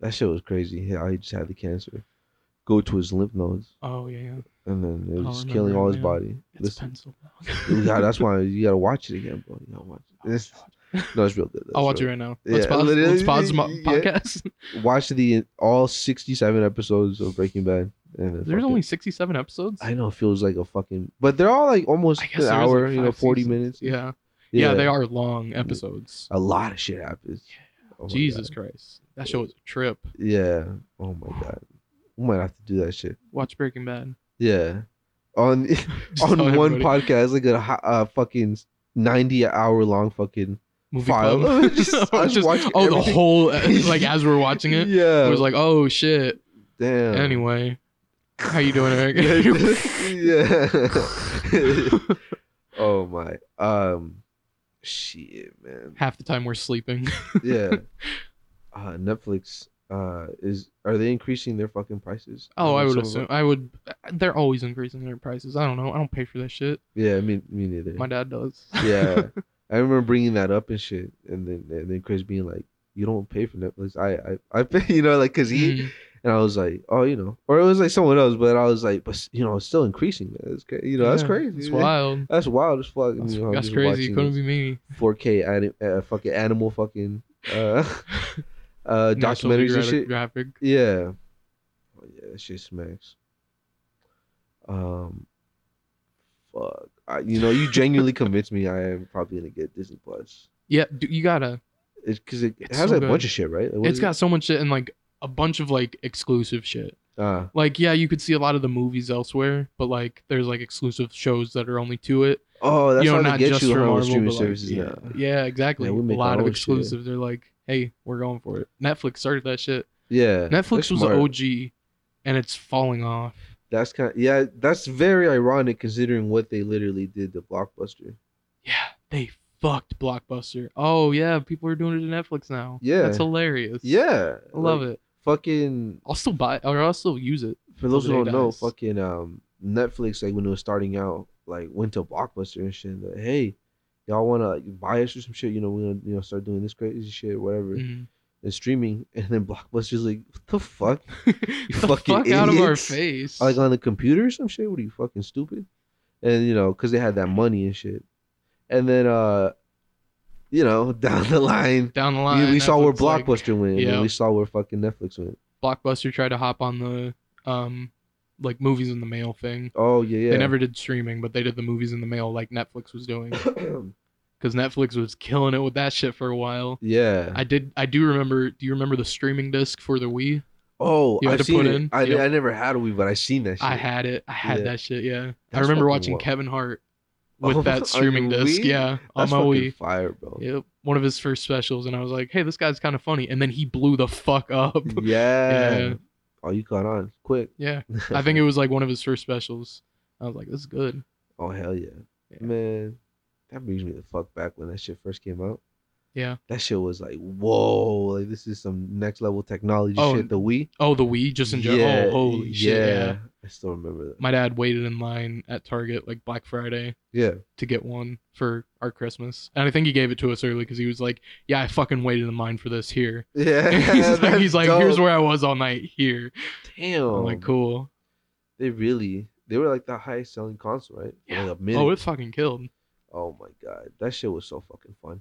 Speaker 1: that shit was crazy. How he just had the cancer, go to his lymph nodes,
Speaker 2: Oh yeah, yeah.
Speaker 1: and then it
Speaker 2: I
Speaker 1: was just killing
Speaker 2: remember,
Speaker 1: all his
Speaker 2: yeah.
Speaker 1: body.
Speaker 2: It's
Speaker 1: Listen,
Speaker 2: pencil.
Speaker 1: you gotta- that's why you gotta watch it again, bro. You gotta watch it. It's- no, it's real good.
Speaker 2: I'll
Speaker 1: It's
Speaker 2: watch it
Speaker 1: real-
Speaker 2: right now. Let's
Speaker 1: Yeah,
Speaker 2: pause. Let's
Speaker 1: literally,
Speaker 2: pause the mo-
Speaker 1: yeah.
Speaker 2: podcast.
Speaker 1: Watch the all sixty-seven episodes of Breaking Bad. And then
Speaker 2: There's
Speaker 1: fucking-
Speaker 2: only 67 episodes.
Speaker 1: I know it feels like a fucking, but they're all like almost
Speaker 2: I
Speaker 1: an
Speaker 2: guess there is,
Speaker 1: hour,
Speaker 2: like,
Speaker 1: you know,
Speaker 2: five
Speaker 1: forty
Speaker 2: seasons.
Speaker 1: minutes.
Speaker 2: Yeah. yeah, they are long episodes.
Speaker 1: A lot of shit happens. Oh my God.
Speaker 2: Jesus Christ, that show was a trip.
Speaker 1: Yeah. Oh my god. We might have to do that shit.
Speaker 2: Watch Breaking Bad.
Speaker 1: Yeah. On
Speaker 2: Just
Speaker 1: on
Speaker 2: tell
Speaker 1: one
Speaker 2: everybody.
Speaker 1: podcast, like a hi- uh, fucking ninety hour long fucking.
Speaker 2: movie
Speaker 1: file.
Speaker 2: club.
Speaker 1: Just- I just
Speaker 2: Just-
Speaker 1: watch
Speaker 2: oh, the
Speaker 1: everything.
Speaker 2: whole like as we're watching it,
Speaker 1: Yeah.
Speaker 2: it was like, oh shit.
Speaker 1: damn.
Speaker 2: Anyway, how you doing, Eric?
Speaker 1: yeah. oh my. Um. Shit, man.
Speaker 2: Half the time we're sleeping.
Speaker 1: Yeah. Uh, Netflix. uh is are they increasing their fucking prices?
Speaker 2: Oh, I
Speaker 1: know
Speaker 2: would
Speaker 1: some of
Speaker 2: assume.
Speaker 1: them-
Speaker 2: I would. They're always increasing their prices. I don't know. I don't pay for that shit.
Speaker 1: Yeah, me me neither.
Speaker 2: My dad does.
Speaker 1: yeah, I remember bringing that up and shit, and then and then Chris being like, "You don't pay for Netflix." I I I pay, you know, like because he
Speaker 2: Mm.
Speaker 1: and I was like, "Oh, you know," or it was like someone else, but I was like, "But s- you know, it's still increasing. That's cra- you know, that's
Speaker 2: Mm. Yeah,
Speaker 1: crazy.
Speaker 2: It's
Speaker 1: man.
Speaker 2: wild.
Speaker 1: That's wild as fuck."
Speaker 2: That's,
Speaker 1: you know, I'm
Speaker 2: that's
Speaker 1: just
Speaker 2: crazy. It
Speaker 1: watching
Speaker 2: couldn't
Speaker 1: this
Speaker 2: be me.
Speaker 1: 4K anim- uh, fucking animal fucking uh uh
Speaker 2: National
Speaker 1: documentaries and
Speaker 2: Geographic-
Speaker 1: shit.
Speaker 2: Graphic.
Speaker 1: Yeah. Oh, yeah, that shit smacks. Um, fuck. I, you know, you genuinely convinced me I am probably gonna get Disney Plus.
Speaker 2: Yeah, dude, you gotta.
Speaker 1: It's because it
Speaker 2: It's
Speaker 1: has
Speaker 2: so
Speaker 1: a bunch
Speaker 2: good.
Speaker 1: of shit, right? Like, what
Speaker 2: It's
Speaker 1: is
Speaker 2: got so much shit and like a bunch of like exclusive shit.
Speaker 1: It? Ah,
Speaker 2: Like yeah, you could see a lot of the movies elsewhere, but like there's like exclusive shows that are only to it.
Speaker 1: oh, that's
Speaker 2: you know,
Speaker 1: how they
Speaker 2: not
Speaker 1: get
Speaker 2: just
Speaker 1: you
Speaker 2: for
Speaker 1: on
Speaker 2: Marvel,
Speaker 1: streaming
Speaker 2: but, like,
Speaker 1: services
Speaker 2: yeah,
Speaker 1: now.
Speaker 2: yeah, exactly.
Speaker 1: Yeah, we
Speaker 2: a
Speaker 1: make our
Speaker 2: lot of
Speaker 1: own shit.
Speaker 2: exclusives. They're like, hey, we're going for it. Netflix started that shit.
Speaker 1: Yeah,
Speaker 2: Netflix
Speaker 1: they're
Speaker 2: was
Speaker 1: smart.
Speaker 2: the OG, and it's falling off.
Speaker 1: That's kind. yeah, that's very ironic considering what they literally did to Blockbuster.
Speaker 2: Yeah, they fucked Blockbuster. Oh yeah, people are doing it to Netflix now.
Speaker 1: Yeah.
Speaker 2: that's hilarious.
Speaker 1: Yeah,
Speaker 2: I love
Speaker 1: like,
Speaker 2: it.
Speaker 1: Fucking
Speaker 2: I'll still buy it, or I'll still use it.
Speaker 1: for those who
Speaker 2: Today
Speaker 1: don't know,
Speaker 2: dies.
Speaker 1: fucking um, Netflix, like when it was starting out, like went to Blockbuster and shit. And like, hey, y'all want to like, buy us or some shit? You know, we're gonna you know start doing this crazy shit, whatever,
Speaker 2: Mm.
Speaker 1: and streaming. And then Blockbuster's like, what the fuck?
Speaker 2: Get the fuck
Speaker 1: fucking
Speaker 2: out of our
Speaker 1: idiots.
Speaker 2: face.
Speaker 1: Like on the computer or some shit? What are you fucking stupid? And you know, because they had that money and shit. And then uh, you know, down the line,
Speaker 2: Down the
Speaker 1: we-
Speaker 2: line,
Speaker 1: we, saw where
Speaker 2: Netflix, like,
Speaker 1: Blockbuster went, and
Speaker 2: yeah.
Speaker 1: we saw where fucking Netflix went.
Speaker 2: Blockbuster tried to hop on the um like movies in the mail thing.
Speaker 1: Oh yeah, yeah.
Speaker 2: They never did streaming, but they did the movies in the mail like Netflix was doing cuz Netflix was killing it with that shit for a while.
Speaker 1: yeah.
Speaker 2: I did I do remember do you remember the streaming disc for the Wii?
Speaker 1: Oh,
Speaker 2: You
Speaker 1: I
Speaker 2: had to
Speaker 1: seen
Speaker 2: put
Speaker 1: it.
Speaker 2: in?
Speaker 1: I,
Speaker 2: Yep.
Speaker 1: I never had a Wii, but I seen that. Shit.
Speaker 2: I had it. I had
Speaker 1: Yeah.
Speaker 2: that shit, yeah. I
Speaker 1: That's
Speaker 2: remember
Speaker 1: fucking
Speaker 2: watching
Speaker 1: wild.
Speaker 2: Kevin Hart with
Speaker 1: Oh,
Speaker 2: that
Speaker 1: on
Speaker 2: streaming
Speaker 1: your
Speaker 2: disc,
Speaker 1: Wii?
Speaker 2: yeah, on
Speaker 1: That's
Speaker 2: my
Speaker 1: fucking
Speaker 2: Wii.
Speaker 1: fire, bro.
Speaker 2: Yep, one of his first specials and I was like, "Hey, this guy's kind of funny." And then he blew the fuck up.
Speaker 1: Hmm. Yeah.
Speaker 2: Yeah.
Speaker 1: Oh, you caught on quick.
Speaker 2: yeah. I think it was like one of his first specials. I was like, "This is good."
Speaker 1: Oh hell yeah.
Speaker 2: Yeah.
Speaker 1: man. That brings me the fuck back when that shit first came out.
Speaker 2: Yeah.
Speaker 1: That shit was like, whoa, like this is some next level technology
Speaker 2: Oh,
Speaker 1: shit. The Wii.
Speaker 2: Oh, the Wii just in general. oh, holy shit! Yeah.
Speaker 1: I still remember that.
Speaker 2: My dad waited in line at Target like Black Friday
Speaker 1: Yeah.
Speaker 2: to get one for our Christmas, and I think he gave it to us early because he was like, "Yeah, I fucking waited in line for this here."
Speaker 1: Yeah.
Speaker 2: he's like, he's
Speaker 1: that's
Speaker 2: like "Here's
Speaker 1: dope. Oh,
Speaker 2: where I was all night here."
Speaker 1: Damn.
Speaker 2: I'm like, "Cool."
Speaker 1: They really they were like the highest selling console, right? For,
Speaker 2: Yeah.
Speaker 1: Like a minute.
Speaker 2: Oh, it fucking killed.
Speaker 1: Oh my god, that shit was so fucking fun.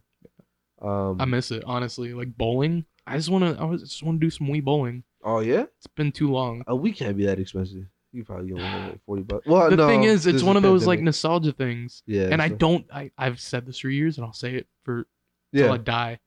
Speaker 1: Um,
Speaker 2: I miss it honestly. Like bowling, I just wanna, I was- just wanna do some Wii bowling.
Speaker 1: oh yeah,
Speaker 2: It's been too long.
Speaker 1: a week can't be that expensive. You probably get one for like forty bucks. Well,
Speaker 2: the
Speaker 1: Oh, no,
Speaker 2: thing is,
Speaker 1: this
Speaker 2: it's one of those like
Speaker 1: pandemic.
Speaker 2: nostalgia things,
Speaker 1: yeah,
Speaker 2: and I
Speaker 1: so-
Speaker 2: don't. I, I've said this for years, and I'll say it for till I
Speaker 1: yeah,
Speaker 2: die.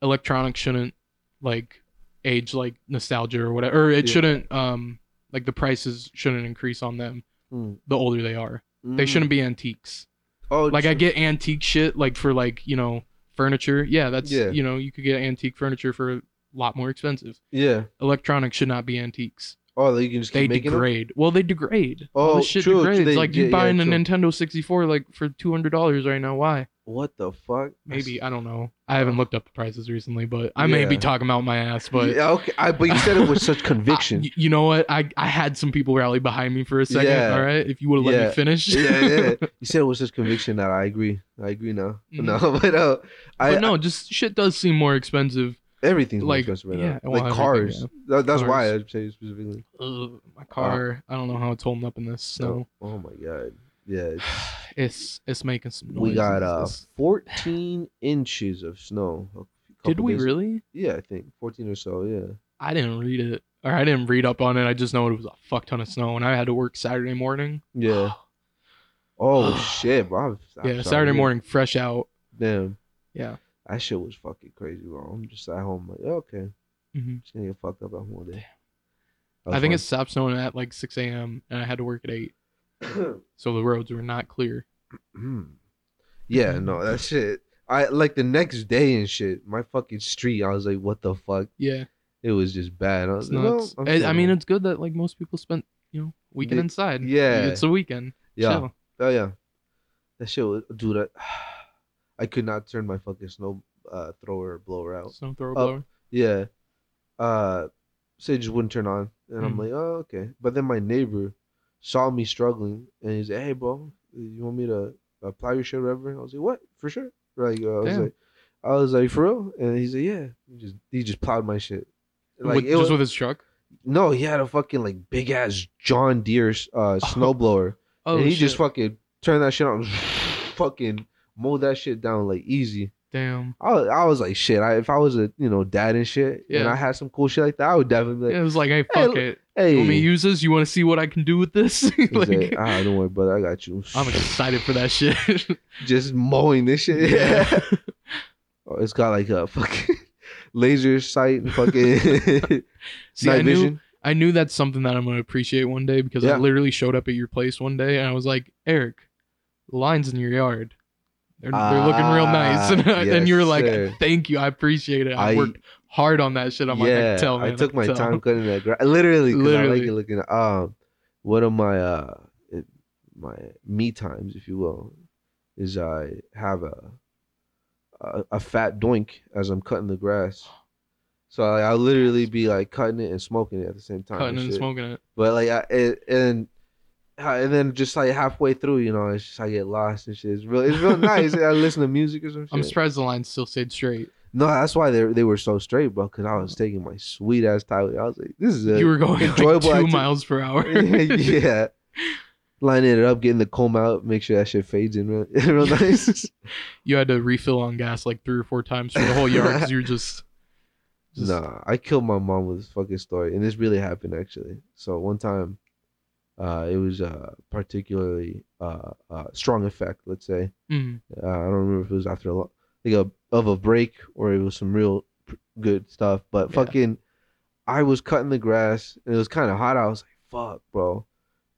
Speaker 2: Electronics shouldn't like age like nostalgia or whatever. Or it
Speaker 1: Yeah.
Speaker 2: shouldn't um like the prices shouldn't increase on them
Speaker 1: Mm.
Speaker 2: the older they are. They shouldn't be antiques.
Speaker 1: Oh,
Speaker 2: Like I
Speaker 1: true.
Speaker 2: get antique shit like for like, you know, furniture. Yeah, that's
Speaker 1: Yeah.
Speaker 2: you know, you could get antique furniture for a lot more expensive.
Speaker 1: yeah.
Speaker 2: Electronics should not be antiques.
Speaker 1: Oh, like, you can just
Speaker 2: They
Speaker 1: keep making them?
Speaker 2: degrade. Well, they degrade. All
Speaker 1: Oh,
Speaker 2: this shit
Speaker 1: true,
Speaker 2: degrades.
Speaker 1: they-
Speaker 2: like you
Speaker 1: yeah,
Speaker 2: buying
Speaker 1: yeah,
Speaker 2: a
Speaker 1: true.
Speaker 2: Nintendo 64 like for $200 right now. Why?
Speaker 1: What the fuck?
Speaker 2: maybe I don't know. I haven't looked up the prices recently, but I may be
Speaker 1: Yeah.
Speaker 2: talking out my ass. But
Speaker 1: yeah, okay, I, but you said it with such
Speaker 2: I-
Speaker 1: conviction.
Speaker 2: y- you know what? I I had some people rally behind me for a second.
Speaker 1: Yeah.
Speaker 2: All right, if you would have let
Speaker 1: Yeah.
Speaker 2: me
Speaker 1: yeah,
Speaker 2: finish.
Speaker 1: yeah. You said it with such conviction that I agree. I agree now. No, but uh, I
Speaker 2: Mm. but no, just shit does seem more expensive.
Speaker 1: everything's more
Speaker 2: like,
Speaker 1: expensive right
Speaker 2: yeah,
Speaker 1: now.
Speaker 2: well,
Speaker 1: Like
Speaker 2: everything,
Speaker 1: cars. That, that's why I
Speaker 2: Cars.
Speaker 1: say specifically.
Speaker 2: Ugh, my car. I don't know how it's holding up in this snow.
Speaker 1: Oh, oh my god. Yeah. it's-
Speaker 2: It's it's making some noise.
Speaker 1: we got uh 14 inches of snow. a
Speaker 2: Did
Speaker 1: couple
Speaker 2: we
Speaker 1: days-
Speaker 2: really?
Speaker 1: Yeah, I think 14 or so. Yeah.
Speaker 2: I didn't read it, or I didn't read up on it. I just know it was a fuck ton of snow, and I had to work Saturday morning.
Speaker 1: Yeah. Oh shit, bro. I'm, I'm
Speaker 2: yeah,
Speaker 1: sorry.
Speaker 2: Saturday morning, fresh out.
Speaker 1: Damn.
Speaker 2: Yeah.
Speaker 1: That shit was fucking crazy, bro. I'm just at home like, okay,
Speaker 2: hmm
Speaker 1: just gonna get fucked up at home all day. That
Speaker 2: I
Speaker 1: was
Speaker 2: think
Speaker 1: fun.
Speaker 2: it stopped snowing at like 6 a.m. and I had to work at 8, so the roads were not clear.
Speaker 1: Mm.
Speaker 2: Mm-hmm.
Speaker 1: yeah, no, that shit. I like the next day and shit. My fucking street. I was like, what the fuck?
Speaker 2: Yeah,
Speaker 1: It was just bad. I
Speaker 2: it's
Speaker 1: was like,
Speaker 2: nuts.
Speaker 1: Uh, well, I'm
Speaker 2: I, I
Speaker 1: still
Speaker 2: mean,
Speaker 1: home.
Speaker 2: it's good that like most people spent you know weekend
Speaker 1: They-
Speaker 2: inside.
Speaker 1: yeah.
Speaker 2: it's a weekend.
Speaker 1: yeah.
Speaker 2: Chill.
Speaker 1: Oh yeah, that shit was, dude. I, I could not turn my fucking snow uh, thrower blower out.
Speaker 2: snow thrower blower.
Speaker 1: Yeah, uh, so it just wouldn't turn on. And I'm
Speaker 2: Mm.
Speaker 1: like, oh, okay. But then my neighbor saw me struggling and he's like, hey, bro, you want me to apply your shit or whatever? And I was like, what? For sure. Like, uh, I was
Speaker 2: Damn.
Speaker 1: like, I was like, for real? And he's like, yeah. He just, he just plowed my shit. Like,
Speaker 2: with,
Speaker 1: it
Speaker 2: just
Speaker 1: was,
Speaker 2: with his truck.
Speaker 1: no, he had a fucking like big ass John Deere uh, snowblower.
Speaker 2: Oh,
Speaker 1: and he
Speaker 2: shit.
Speaker 1: just fucking turned that shit on, fucking mowed that shit down like easy.
Speaker 2: damn.
Speaker 1: I was, I was like, shit. I, if I was a you know dad and shit, and
Speaker 2: Yeah.
Speaker 1: I had some cool shit like that, I would definitely be
Speaker 2: Yeah,
Speaker 1: like,
Speaker 2: it was like, hey, fuck
Speaker 1: look-
Speaker 2: it.
Speaker 1: hey,
Speaker 2: You want me to use this? You want to see what I can do with this?
Speaker 1: He's
Speaker 2: like,
Speaker 1: like, ah, don't worry, brother, I got you.
Speaker 2: I'm excited for that shit.
Speaker 1: just mowing this shit.
Speaker 2: Yeah.
Speaker 1: oh, it's got like a fucking laser sight and fucking
Speaker 2: See,
Speaker 1: night
Speaker 2: I knew,
Speaker 1: vision.
Speaker 2: I knew that's something that I'm gonna appreciate one day because
Speaker 1: Yeah.
Speaker 2: I literally showed up at your place one day and I was like, Eric, the lines in your yard, they're, they're looking real nice,
Speaker 1: Ah,
Speaker 2: and, and you were
Speaker 1: yes,
Speaker 2: like,
Speaker 1: sir.
Speaker 2: thank you, I appreciate it. I,
Speaker 1: I-
Speaker 2: worked hard on that shit. I'm like, I can tell, man,
Speaker 1: I took
Speaker 2: can
Speaker 1: my
Speaker 2: tell."
Speaker 1: time cutting that grass. Literally, 'cause I like
Speaker 2: Literally.
Speaker 1: it looking. Um, one of my uh, it- my me times, if you will, is I have a a, a fat doink as I'm cutting the grass. So I, I'll literally be like cutting it and smoking it at the same time.
Speaker 2: cutting and
Speaker 1: shit.
Speaker 2: smoking it.
Speaker 1: But like I it, and. uh, And then just like halfway through, you know, it's just I get lost and shit. It's real, it's real nice. I listen to music or some shit.
Speaker 2: I'm surprised the lines still stayed straight.
Speaker 1: No, that's why they they were so straight, bro. Because I was taking my sweet ass time. I was like, this is a
Speaker 2: Oh. you were going like
Speaker 1: enjoyable
Speaker 2: two
Speaker 1: acti-
Speaker 2: miles per hour.
Speaker 1: yeah, lining it up, getting the comb out, make sure that shit fades in real, real nice.
Speaker 2: You had to refill on gas like three or four times for the whole yard because you were just, just
Speaker 1: nah, I killed my mom with this fucking story, and this really happened actually. So one time, uh, it was uh particularly uh, uh strong effect, let's say.
Speaker 2: mm,
Speaker 1: Uh, I don't remember if it was after a lo- like a of a break or it was some real pr- good stuff. But
Speaker 2: Yeah.
Speaker 1: fucking, I was cutting the grass and it was kind of hot. I was like, "Fuck, bro,"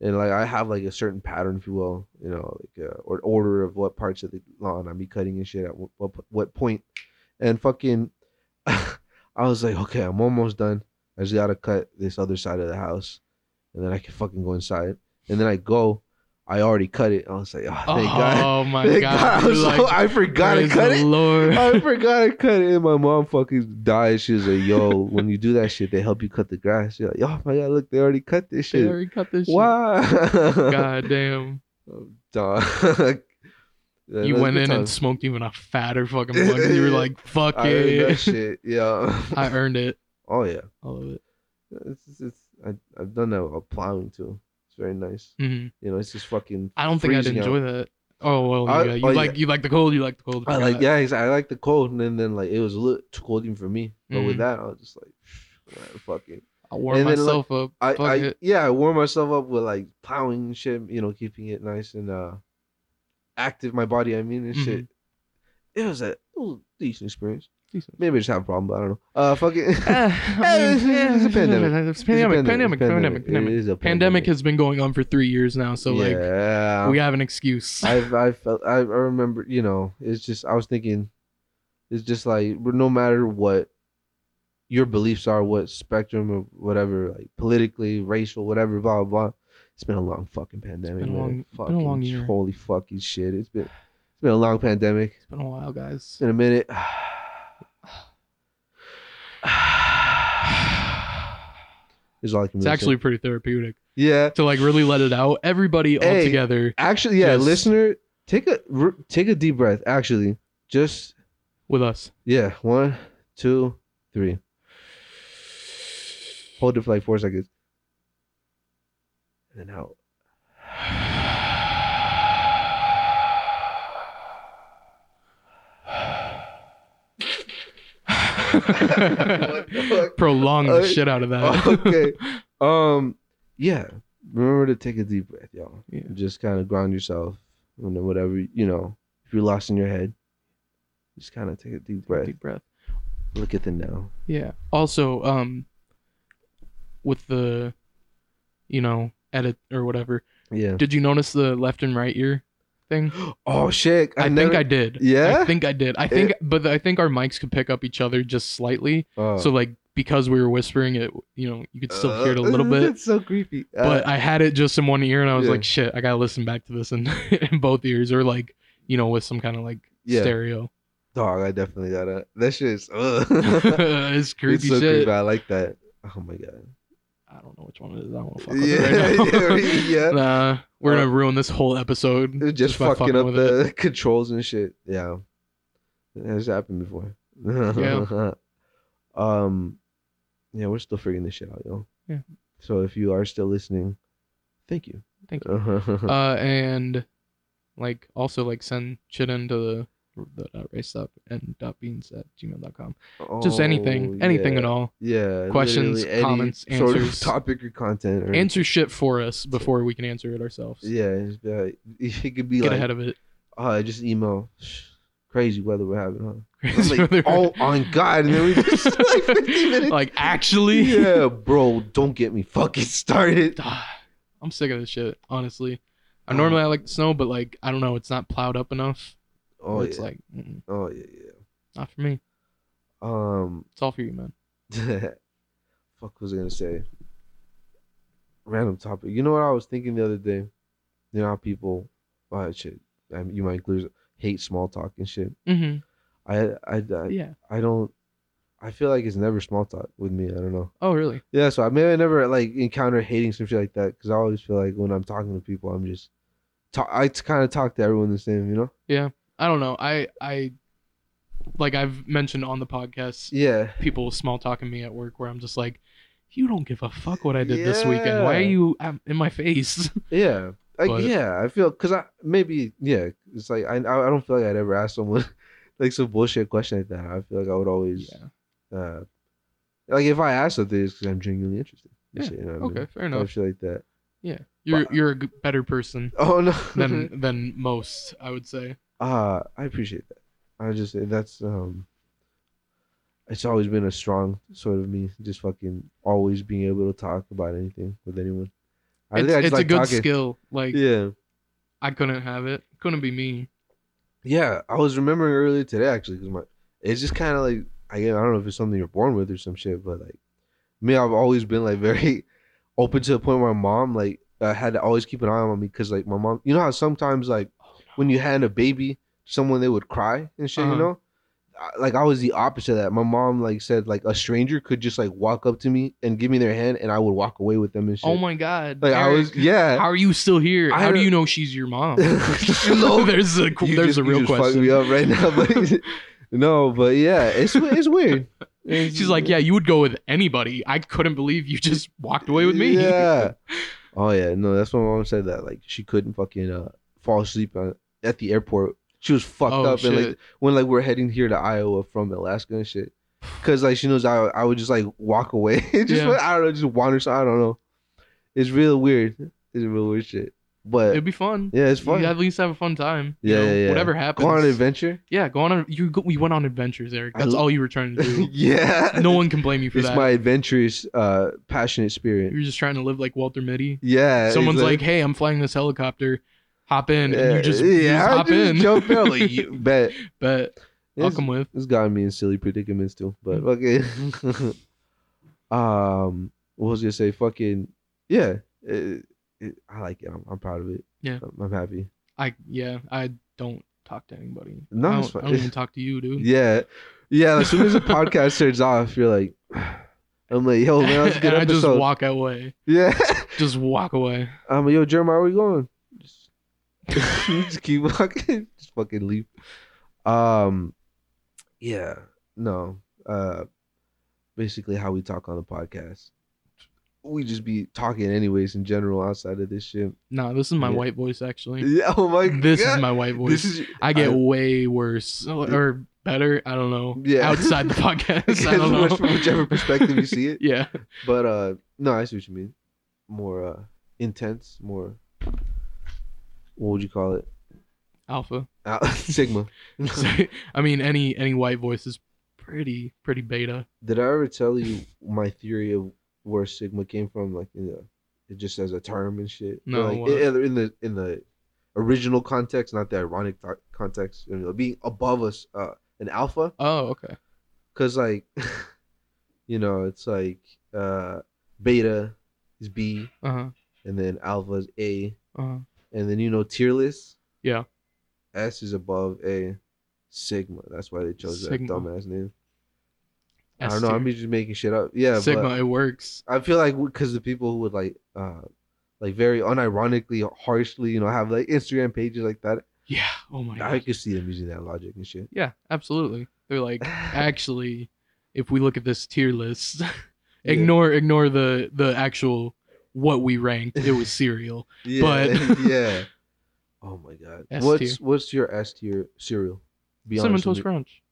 Speaker 1: and like I have like a certain pattern, if you will, you know, like uh, or order of what parts of the lawn I be cutting and shit at what what, what point. And fucking, I was like, "Okay, I'm almost done. I just gotta cut this other side of the house, and then I can fucking go inside." And then I go. I already cut it. I was like, oh,
Speaker 2: oh
Speaker 1: thank God.
Speaker 2: my
Speaker 1: Thank
Speaker 2: god,
Speaker 1: God, I,
Speaker 2: You're
Speaker 1: was
Speaker 2: like,
Speaker 1: so- I forgot to
Speaker 2: "Praise
Speaker 1: cut
Speaker 2: the
Speaker 1: it. Oh,
Speaker 2: Lord.
Speaker 1: I forgot to cut it. And my mom fucking died. She was like, yo, when you do that shit, they help you cut the grass. You're like, oh my God, look, they already cut this
Speaker 2: They
Speaker 1: shit.
Speaker 2: already cut this shit.
Speaker 1: Wow.
Speaker 2: God damn.
Speaker 1: Dog. Yeah,
Speaker 2: you
Speaker 1: that's
Speaker 2: went
Speaker 1: good
Speaker 2: in and
Speaker 1: times.
Speaker 2: smoked even a fatter fucking plug. and you were like, fuck
Speaker 1: I heard that
Speaker 2: it.
Speaker 1: shit. Yeah.
Speaker 2: I earned it.
Speaker 1: oh, yeah.
Speaker 2: I love it.
Speaker 1: It's, it's, it's, I, I've done that while plowing too. It's very nice.
Speaker 2: hmm
Speaker 1: You know, it's just fucking.
Speaker 2: I don't think I'd
Speaker 1: Freezing out.
Speaker 2: enjoy that. Oh well,
Speaker 1: I-
Speaker 2: yeah. You
Speaker 1: oh,
Speaker 2: like you like the cold. You like the cold.
Speaker 1: I like,
Speaker 2: forgot.
Speaker 1: yeah, exa- I like the cold. And then, then like, it was a little too cold even for me. But with
Speaker 2: Mhm.
Speaker 1: that, I was just like, man, fuck it.
Speaker 2: I warm
Speaker 1: And then,
Speaker 2: myself up.
Speaker 1: I,
Speaker 2: fuck
Speaker 1: I
Speaker 2: it.
Speaker 1: yeah, I warm myself up with like plowing and shit, you know, keeping it nice and uh active my body, I mean and shit.
Speaker 2: Mm-hmm.
Speaker 1: It was a it was a decent experience.
Speaker 2: Decent.
Speaker 1: Maybe I just have a problem, but I don't know. Uh fucking
Speaker 2: it's,
Speaker 1: it's a pandemic.
Speaker 2: It's pandemic. Pandemic. Pandemic.
Speaker 1: It
Speaker 2: Pandemic.
Speaker 1: is a
Speaker 2: Pandemic has been going on for three years now, so like
Speaker 1: yeah.
Speaker 2: we have an excuse.
Speaker 1: I've I felt I, I remember, you know, it's just I was thinking it's just like but no matter what your beliefs are, what spectrum of whatever, like politically, racial, whatever, blah blah blah. It's been a long fucking pandemic.
Speaker 2: been a
Speaker 1: man.
Speaker 2: long- been a
Speaker 1: fucking,
Speaker 2: long year.
Speaker 1: Holy fucking shit. It's been it's been a long pandemic.
Speaker 2: It's been a while, guys.
Speaker 1: It's been a minute. Is all I can really
Speaker 2: It's
Speaker 1: say.
Speaker 2: actually pretty therapeutic
Speaker 1: Yeah.
Speaker 2: to like really let it out. Everybody all
Speaker 1: Hey,
Speaker 2: together
Speaker 1: Actually, yeah,
Speaker 2: Just-
Speaker 1: listener, take a r- take a deep breath. Actually, just
Speaker 2: with us.
Speaker 1: Yeah, one, two, three. Hold it for like four seconds. And then out. the fuck?
Speaker 2: Prolong the
Speaker 1: Uh,
Speaker 2: shit out of that.
Speaker 1: okay. Um, yeah. Remember to take a deep breath, y'all.
Speaker 2: Yeah.
Speaker 1: Just kind of ground yourself. And then whatever you know, if you're lost in your head, just kind of take a deep breath.
Speaker 2: Deep breath.
Speaker 1: Look at the now.
Speaker 2: Yeah. Also, um, with the, you know, edit or whatever.
Speaker 1: Yeah.
Speaker 2: Did you notice the left and right ear thing?
Speaker 1: Oh shit!
Speaker 2: I,
Speaker 1: never-
Speaker 2: think I did.
Speaker 1: Yeah?
Speaker 2: I think I did. I think, but I think our mics could pick up each other just slightly.
Speaker 1: Oh.
Speaker 2: So like because we were whispering it, you know, you could still hear it a
Speaker 1: Uh,
Speaker 2: little bit.
Speaker 1: It's so creepy. Uh,
Speaker 2: But I had it just in one ear, and I was
Speaker 1: yeah.
Speaker 2: like, shit, I gotta listen back to this in, in both ears, or like, you know, with some kind of like
Speaker 1: Yeah.
Speaker 2: stereo.
Speaker 1: Dog, I definitely gotta. That shit's ugh.
Speaker 2: it's creepy
Speaker 1: it's so
Speaker 2: shit.
Speaker 1: creepy. I like that. Oh my god.
Speaker 2: I don't know which one it is. I don't want to fuck with
Speaker 1: Yeah,
Speaker 2: it right now.
Speaker 1: yeah, yeah.
Speaker 2: Nah, we're gonna ruin this whole episode
Speaker 1: Just,
Speaker 2: by
Speaker 1: fucking, up
Speaker 2: with
Speaker 1: the controls and shit. Yeah, it's happened before.
Speaker 2: Yeah.
Speaker 1: Um, yeah, we're still figuring this shit out, yo.
Speaker 2: Yeah.
Speaker 1: So if you are still listening, thank you.
Speaker 2: Thank you.
Speaker 1: you.
Speaker 2: Uh, and like also like send shit into the the dot race up and dot beans at gmail.com. Uh, Just anything, anything at
Speaker 1: Oh,
Speaker 2: all.
Speaker 1: Yeah.
Speaker 2: Questions,
Speaker 1: literally any
Speaker 2: comments,
Speaker 1: sort
Speaker 2: answers.
Speaker 1: of topic or content. Or,
Speaker 2: Answer shit for us before we can answer it ourselves.
Speaker 1: Yeah, just be like- it could be
Speaker 2: Get
Speaker 1: like
Speaker 2: ahead of it.
Speaker 1: uh, just email. Crazy weather we're having, huh? I'm like, oh, on God. And then we just like 15 minutes.
Speaker 2: Like, actually,
Speaker 1: yeah, bro, don't get me fucking started.
Speaker 2: I'm sick of this shit. Honestly, I
Speaker 1: Oh.
Speaker 2: normally I like the snow, but like I don't know, it's not plowed up enough.
Speaker 1: Oh,
Speaker 2: it's
Speaker 1: yeah.
Speaker 2: like mm-mm,
Speaker 1: oh yeah, yeah.
Speaker 2: not for me.
Speaker 1: Um,
Speaker 2: It's all for you, man.
Speaker 1: fuck was I gonna say? Random topic. You know what I was thinking the other day? You know how people, oh shit, I mean, you might include hate small talk and shit.
Speaker 2: Mm-hmm.
Speaker 1: I, I, I,
Speaker 2: Yeah.
Speaker 1: I don't. I feel like it's never small talk with me. I don't know.
Speaker 2: Oh, really?
Speaker 1: Yeah, so I mean, I never like encounter hating some shit like that because I always feel like when I'm talking to people, I'm just talk. I kind of talk to everyone the same, you know?
Speaker 2: I don't know. I I like I've mentioned on the podcast
Speaker 1: Yeah.
Speaker 2: people small talking me at work where I'm just like, you don't give a fuck what I did this weekend. Why are
Speaker 1: Yeah.
Speaker 2: you um, in my face?
Speaker 1: Yeah. Like,
Speaker 2: But-
Speaker 1: yeah, I feel because I maybe yeah, it's like I I I don't feel like I'd ever ask someone like some bullshit question like that. I feel like I would always
Speaker 2: yeah.
Speaker 1: uh like if I ask something, it's because I'm genuinely interested. and
Speaker 2: Yeah,
Speaker 1: shit, you know what I mean?
Speaker 2: Okay. Fair
Speaker 1: Type
Speaker 2: enough.
Speaker 1: shit like that.
Speaker 2: You're you're a g- better person
Speaker 1: Oh no,
Speaker 2: than than most. I would say.
Speaker 1: uh I appreciate that. I just that's um. It's always been a strong sort of me, just fucking always being able to talk about anything with anyone. I
Speaker 2: It's,
Speaker 1: think I just
Speaker 2: it's
Speaker 1: like
Speaker 2: a good
Speaker 1: talking.
Speaker 2: skill. Like
Speaker 1: Yeah.
Speaker 2: I couldn't have it. Couldn't be me.
Speaker 1: Yeah, I was remembering earlier today actually because my it's just kind of like I guess- I don't know if it's something you're born with or some shit, but like me, I've always been like very open to the point where my mom like uh, had to always keep an eye on me because like my mom, you know how sometimes like
Speaker 2: Oh,
Speaker 1: when you had a baby, someone they would cry and shit,
Speaker 2: Uh-huh.
Speaker 1: you know. I- Like I was the opposite of that. My mom like said like a stranger could just like walk up to me and give me their hand and I would walk away with them and shit.
Speaker 2: Oh my god.
Speaker 1: like I
Speaker 2: Eric,
Speaker 1: was yeah.
Speaker 2: How are you still here?
Speaker 1: I
Speaker 2: how do
Speaker 1: don't-
Speaker 2: you know she's your mom?
Speaker 1: No,
Speaker 2: there's a
Speaker 1: You
Speaker 2: there's
Speaker 1: just-
Speaker 2: a
Speaker 1: you
Speaker 2: real
Speaker 1: just fucked
Speaker 2: question.
Speaker 1: me up right now, but no, but yeah, it's it's weird. It's-
Speaker 2: She's like, yeah, you would go with anybody. I couldn't believe you just walked away with me.
Speaker 1: Yeah. Oh yeah, no, that's when my mom said that. Like she couldn't fucking uh, fall asleep uh, at the airport. She was fucked
Speaker 2: Oh,
Speaker 1: up and like
Speaker 2: shit.
Speaker 1: when like we're heading here to Iowa from Alaska and shit. Cause like she knows I I would just like walk away. just
Speaker 2: Yeah.
Speaker 1: I don't know, just wander. So I don't know. It's real weird. It's real weird shit. But
Speaker 2: It'd be fun.
Speaker 1: yeah, it's fun.
Speaker 2: You at least have a fun time. you
Speaker 1: Yeah,
Speaker 2: know,
Speaker 1: yeah, yeah.
Speaker 2: Whatever happens.
Speaker 1: Go on an adventure.
Speaker 2: Yeah, go on. A, you go, we went on adventures, Eric.
Speaker 1: I
Speaker 2: That's
Speaker 1: lo-
Speaker 2: all you were trying to do.
Speaker 1: yeah.
Speaker 2: no one can blame you for
Speaker 1: It's
Speaker 2: that.
Speaker 1: my adventurous, uh, passionate spirit.
Speaker 2: You're just trying to live like Walter Mitty.
Speaker 1: Yeah.
Speaker 2: Someone's
Speaker 1: he's
Speaker 2: like, hey, I'm flying this helicopter. Hop in, and
Speaker 1: Yeah,
Speaker 2: you just,
Speaker 1: yeah,
Speaker 2: you just
Speaker 1: I
Speaker 2: hop
Speaker 1: just
Speaker 2: in.
Speaker 1: Jump in. I'm like, you bet.
Speaker 2: but I'll
Speaker 1: It's,
Speaker 2: come Mm. with.
Speaker 1: it's gotten me in silly predicaments too. But okay. um, what was I gonna say? Fucking yeah. It, it, I like it. I'm, I'm proud of it.
Speaker 2: Yeah.
Speaker 1: I'm, I'm happy.
Speaker 2: I yeah, I don't talk to anybody.
Speaker 1: No,
Speaker 2: I
Speaker 1: it's
Speaker 2: don't, I
Speaker 1: fine.
Speaker 2: don't even talk to you, dude.
Speaker 1: Yeah, yeah. As soon as the podcast turns off, you're like, I'm like, yo, man, that's a good
Speaker 2: and I just
Speaker 1: episode.
Speaker 2: walk away.
Speaker 1: yeah.
Speaker 2: Just walk away.
Speaker 1: I'm like, yo, Jeremiah, where you going? Just, just keep walking. Just fucking leave. Um, yeah, no. Uh, basically, how we talk on the podcast, we just be talking anyways in general outside of this shit.
Speaker 2: No, this is my
Speaker 1: Yeah.
Speaker 2: white voice actually.
Speaker 1: Yeah, oh my
Speaker 2: This
Speaker 1: God.
Speaker 2: is my white voice.
Speaker 1: This is
Speaker 2: I get
Speaker 1: I-
Speaker 2: way worse or better. I don't know.
Speaker 1: Yeah.
Speaker 2: Outside the podcast, I don't know.
Speaker 1: which- whichever perspective you see it.
Speaker 2: yeah.
Speaker 1: But uh, no, I see what you mean. More uh, intense, more. What would you call it?
Speaker 2: Alpha.
Speaker 1: Uh, Sigma.
Speaker 2: So, I mean, any any white voice is pretty pretty beta.
Speaker 1: Did I ever tell you my theory of where sigma came from? Like, in the, it just as a term and shit.
Speaker 2: No,
Speaker 1: like,
Speaker 2: what?
Speaker 1: in, in the in the original context, not the ironic to- context. You know, being above us, uh, an alpha,
Speaker 2: Oh, okay.
Speaker 1: because like, you know, it's like uh, beta is B,
Speaker 2: Uh huh.
Speaker 1: and then alpha is A,
Speaker 2: Uh huh.
Speaker 1: and then you know tier list.
Speaker 2: Yeah.
Speaker 1: S is above A, Sigma. That's why they chose
Speaker 2: Sigma.
Speaker 1: that dumbass name. I I don't know. I'm just making shit up. Yeah, but-
Speaker 2: Sigma. It works.
Speaker 1: I feel like because the people who would like, uh, like very unironically, harshly, you know, have like Instagram pages like that.
Speaker 2: Yeah. Oh my
Speaker 1: I
Speaker 2: god.
Speaker 1: could see them using that logic and shit.
Speaker 2: Yeah. Absolutely. They're like, actually, if we look at this tier list,
Speaker 1: Yeah.
Speaker 2: ignore ignore the the actual what we ranked. It was cereal.
Speaker 1: Yeah,
Speaker 2: but-
Speaker 1: yeah. Oh my god.
Speaker 2: S
Speaker 1: what's
Speaker 2: tier.
Speaker 1: what's your S tier cereal? Be
Speaker 2: Cinnamon
Speaker 1: honest with
Speaker 2: Toast
Speaker 1: me.
Speaker 2: Crunch.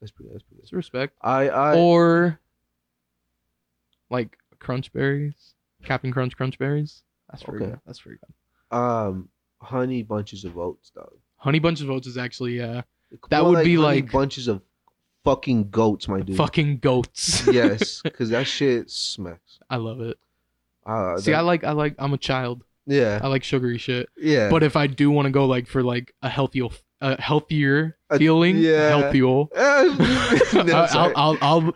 Speaker 1: That's pretty. That's pretty.
Speaker 2: It's respect.
Speaker 1: I I
Speaker 2: or like crunch berries, Captain Crunch crunch berries. That's pretty
Speaker 1: Okay.
Speaker 2: good. That's pretty good.
Speaker 1: um honey bunches of oats dog.
Speaker 2: Honey Bunch of Oats is actually uh
Speaker 1: More
Speaker 2: would
Speaker 1: Honey
Speaker 2: be like-
Speaker 1: bunches of fucking goats, my dude.
Speaker 2: fucking goats.
Speaker 1: yes, because that shit smacks.
Speaker 2: I love it.
Speaker 1: Uh,
Speaker 2: See,
Speaker 1: that-
Speaker 2: I like I like I'm a child.
Speaker 1: yeah,
Speaker 2: I like sugary shit.
Speaker 1: yeah.
Speaker 2: But if I do want to go like for like a healthier a healthier
Speaker 1: A-
Speaker 2: feeling,
Speaker 1: yeah.
Speaker 2: healthier.
Speaker 1: No,
Speaker 2: I-
Speaker 1: sorry.
Speaker 2: I'll, I'll I'll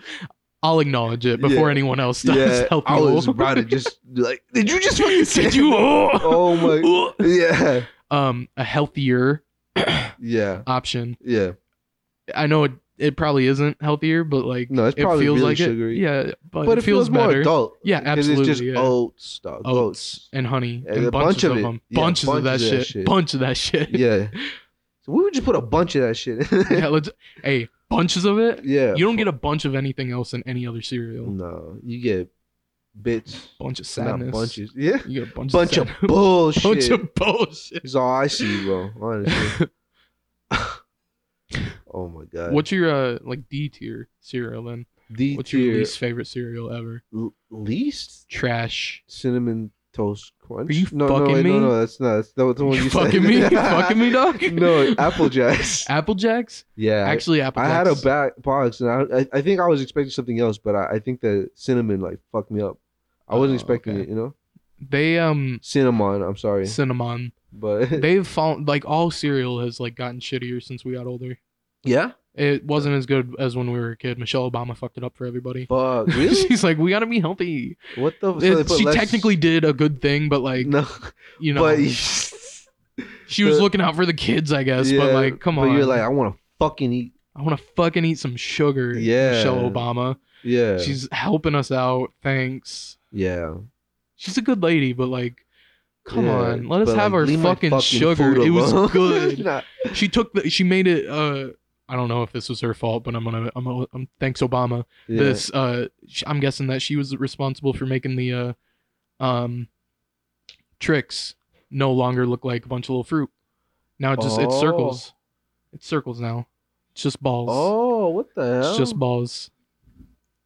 Speaker 2: I'll acknowledge it before
Speaker 1: Yeah.
Speaker 2: anyone else does.
Speaker 1: Yeah, I was
Speaker 2: Healthier.
Speaker 1: about to just be like, did you just fucking say
Speaker 2: Did you?
Speaker 1: Oh my, yeah,
Speaker 2: Um, a healthier
Speaker 1: yeah,
Speaker 2: option.
Speaker 1: yeah.
Speaker 2: I know it, it probably isn't healthier, but like
Speaker 1: No, it's probably
Speaker 2: it feels
Speaker 1: really
Speaker 2: like
Speaker 1: sugary.
Speaker 2: it. Yeah, but,
Speaker 1: But,
Speaker 2: it, feels,
Speaker 1: more
Speaker 2: better.
Speaker 1: adult.
Speaker 2: Yeah,
Speaker 1: 'cause It's just
Speaker 2: absolutely, yeah.
Speaker 1: oats, dog.
Speaker 2: Oats
Speaker 1: Oats.
Speaker 2: and honey
Speaker 1: Yeah,
Speaker 2: and
Speaker 1: a
Speaker 2: bunches
Speaker 1: bunch of
Speaker 2: of,
Speaker 1: it.
Speaker 2: them,
Speaker 1: Yeah,
Speaker 2: bunches of that
Speaker 1: bunches of that
Speaker 2: shit.
Speaker 1: shit.
Speaker 2: bunch of that shit.
Speaker 1: Yeah. So we would just put a bunch of that shit.
Speaker 2: Yeah, let's. Hey, bunches of it.
Speaker 1: yeah.
Speaker 2: You don't get a bunch of anything else in any other cereal.
Speaker 1: no, you get bits,
Speaker 2: Bunch of
Speaker 1: not
Speaker 2: sadness.
Speaker 1: bunches. Yeah.
Speaker 2: You get a bunch,
Speaker 1: Bunch
Speaker 2: of,
Speaker 1: of
Speaker 2: sadness.
Speaker 1: bullshit.
Speaker 2: bunch of bullshit.
Speaker 1: is all I see, bro. Honestly. oh my god.
Speaker 2: What's your uh like D tier cereal then?
Speaker 1: the
Speaker 2: What's
Speaker 1: tier
Speaker 2: your least favorite cereal ever?
Speaker 1: l- least
Speaker 2: Trash.
Speaker 1: cinnamon toast crunch?
Speaker 2: Are you
Speaker 1: no, no,
Speaker 2: fucking
Speaker 1: wait,
Speaker 2: me?
Speaker 1: no, no, that's not. That's not the one you,
Speaker 2: You
Speaker 1: said.
Speaker 2: fucking me? You fucking me, dog?
Speaker 1: no, apple jacks.
Speaker 2: Apple Jacks?
Speaker 1: yeah, I-
Speaker 2: Actually, Apple
Speaker 1: I,
Speaker 2: Jacks.
Speaker 1: had a back box, and I, I I think I was expecting something else, but I, I think the cinnamon like fucked me up. I wasn't
Speaker 2: Oh,
Speaker 1: expecting
Speaker 2: okay.
Speaker 1: it, you know.
Speaker 2: They um
Speaker 1: Cinnamon, I'm sorry,
Speaker 2: cinnamon.
Speaker 1: but
Speaker 2: They've fallen like all cereal has like gotten shittier since we got older.
Speaker 1: yeah,
Speaker 2: It wasn't as good as when we were a kid. Michelle Obama fucked it up for everybody.
Speaker 1: fuck, really?
Speaker 2: She's like, we gotta be healthy.
Speaker 1: what the? so
Speaker 2: It-
Speaker 1: they put
Speaker 2: she
Speaker 1: less-
Speaker 2: technically did a good thing, but like
Speaker 1: no,
Speaker 2: you know,
Speaker 1: but
Speaker 2: she was
Speaker 1: the-
Speaker 2: looking out for the kids, I guess.
Speaker 1: yeah,
Speaker 2: but like, come
Speaker 1: but
Speaker 2: on,
Speaker 1: you're like, I want to fucking eat.
Speaker 2: I want to fucking eat some sugar.
Speaker 1: Yeah.
Speaker 2: Michelle Obama,
Speaker 1: Yeah,
Speaker 2: she's helping us out. Thanks.
Speaker 1: yeah.
Speaker 2: She's a good lady, but like, come
Speaker 1: Yeah,
Speaker 2: on, let us
Speaker 1: but,
Speaker 2: have
Speaker 1: like,
Speaker 2: our
Speaker 1: leave my
Speaker 2: fucking,
Speaker 1: food
Speaker 2: sugar. It was
Speaker 1: alone.
Speaker 2: good.
Speaker 1: Nah.
Speaker 2: she took the she made it uh i don't know if this was her fault but i'm gonna i'm, gonna- I'm thanks obama
Speaker 1: Yeah.
Speaker 2: this uh sh- i'm guessing that she was responsible for making the uh um tricks no longer look like a bunch of little fruit now it just it's
Speaker 1: Oh.
Speaker 2: circles it's circles now it's just balls
Speaker 1: Oh, what the hell?
Speaker 2: it's just balls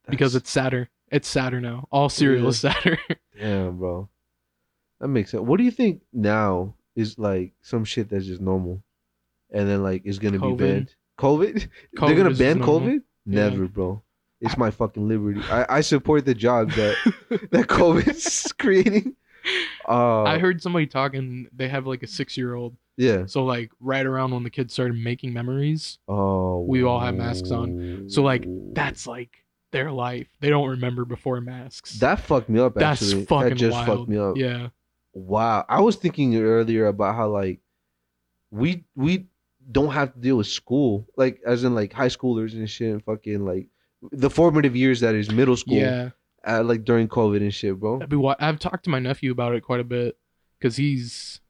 Speaker 2: because
Speaker 1: That's-
Speaker 2: it's sadder it's sadder now all cereal is sadder
Speaker 1: damn, bro. That makes sense. What do you think now is like some shit that's just normal, and then like is gonna
Speaker 2: COVID.
Speaker 1: be banned? COVID?
Speaker 2: COVID
Speaker 1: They're gonna
Speaker 2: is
Speaker 1: ban
Speaker 2: just normal.
Speaker 1: COVID?
Speaker 2: Yeah.
Speaker 1: Never, bro. It's my fucking liberty. I, I support the job that that COVID's creating. Uh,
Speaker 2: i heard somebody talking they have like a six year old
Speaker 1: yeah.
Speaker 2: so like right around when the kids started making memories
Speaker 1: Oh,
Speaker 2: We all have masks on. So, like, that's like their life. They don't remember before masks.
Speaker 1: that fucked me up.
Speaker 2: That's
Speaker 1: Actually,
Speaker 2: fucking
Speaker 1: that just
Speaker 2: wild.
Speaker 1: fucked me up.
Speaker 2: Yeah,
Speaker 1: Wow. I was thinking earlier about how like we we don't have to deal with school. Like as in like high schoolers and shit and fucking like the formative years that is middle school.
Speaker 2: yeah.
Speaker 1: uh, like during COVID and shit, bro.
Speaker 2: That'd be wi- I've talked to my nephew about it quite a bit because he's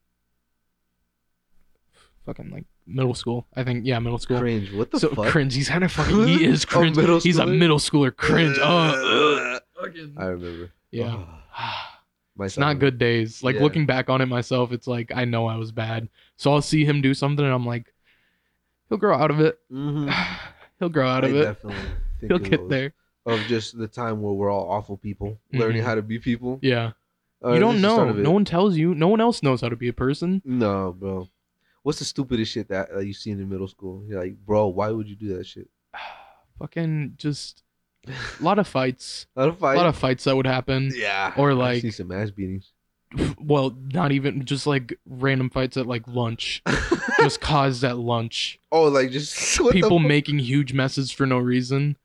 Speaker 2: fucking like middle school. I think yeah, middle school.
Speaker 1: Cringe. What the
Speaker 2: so
Speaker 1: fuck?
Speaker 2: cringe. He's kind of fucking. He is
Speaker 1: A
Speaker 2: cringe.
Speaker 1: middle
Speaker 2: he's a
Speaker 1: schooler?
Speaker 2: middle schooler cringe. Oh, ugh. Fucking-
Speaker 1: I remember.
Speaker 2: yeah.
Speaker 1: Ah, my
Speaker 2: It's not
Speaker 1: son.
Speaker 2: good days. Like
Speaker 1: Yeah.
Speaker 2: looking back on it myself, it's like I know I was bad. So I'll see him do something, and I'm like, he'll grow out of it.
Speaker 1: Mhm.
Speaker 2: he'll grow out
Speaker 1: I
Speaker 2: of it.
Speaker 1: definitely think
Speaker 2: He'll
Speaker 1: of
Speaker 2: get
Speaker 1: those-
Speaker 2: there.
Speaker 1: Of just the time where we're all awful people, learning
Speaker 2: Mhm.
Speaker 1: how to be people.
Speaker 2: Yeah.
Speaker 1: Or
Speaker 2: you
Speaker 1: at
Speaker 2: don't
Speaker 1: least Uh, the start
Speaker 2: know.
Speaker 1: of it.
Speaker 2: No one tells you. No one else knows how to be a person.
Speaker 1: No, bro. What's the stupidest shit that, that you see in middle school? You're like, bro, why would you do that shit?
Speaker 2: Fucking just a lot of fights.
Speaker 1: A lot of
Speaker 2: A
Speaker 1: fight.
Speaker 2: lot of fights that would happen.
Speaker 1: yeah.
Speaker 2: or
Speaker 1: I've
Speaker 2: like-
Speaker 1: seen some ass beatings.
Speaker 2: Well, not even just like random fights at like lunch. just caused at lunch.
Speaker 1: Oh, like just what the
Speaker 2: People
Speaker 1: fuck?
Speaker 2: making huge messes for no reason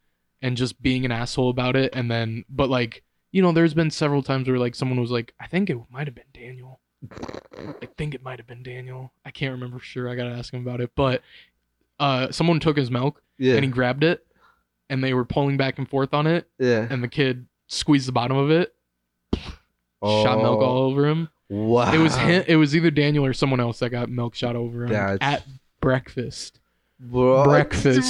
Speaker 2: and just being an asshole about it and then but like you know, there's been several times where like someone was like, I think it might have been Daniel. I think it might have been Daniel. I can't remember for sure. I gotta ask him about it. But uh, someone took his milk
Speaker 1: Yeah.
Speaker 2: and he grabbed it, and they were pulling back and forth on it,
Speaker 1: yeah.
Speaker 2: and the kid squeezed the bottom of it, shot milk
Speaker 1: Oh,
Speaker 2: all over him.
Speaker 1: Wow.
Speaker 2: It was him, it was either Daniel or someone else that got milk shot over him
Speaker 1: That's-
Speaker 2: at breakfast.
Speaker 1: Bro-
Speaker 2: breakfast.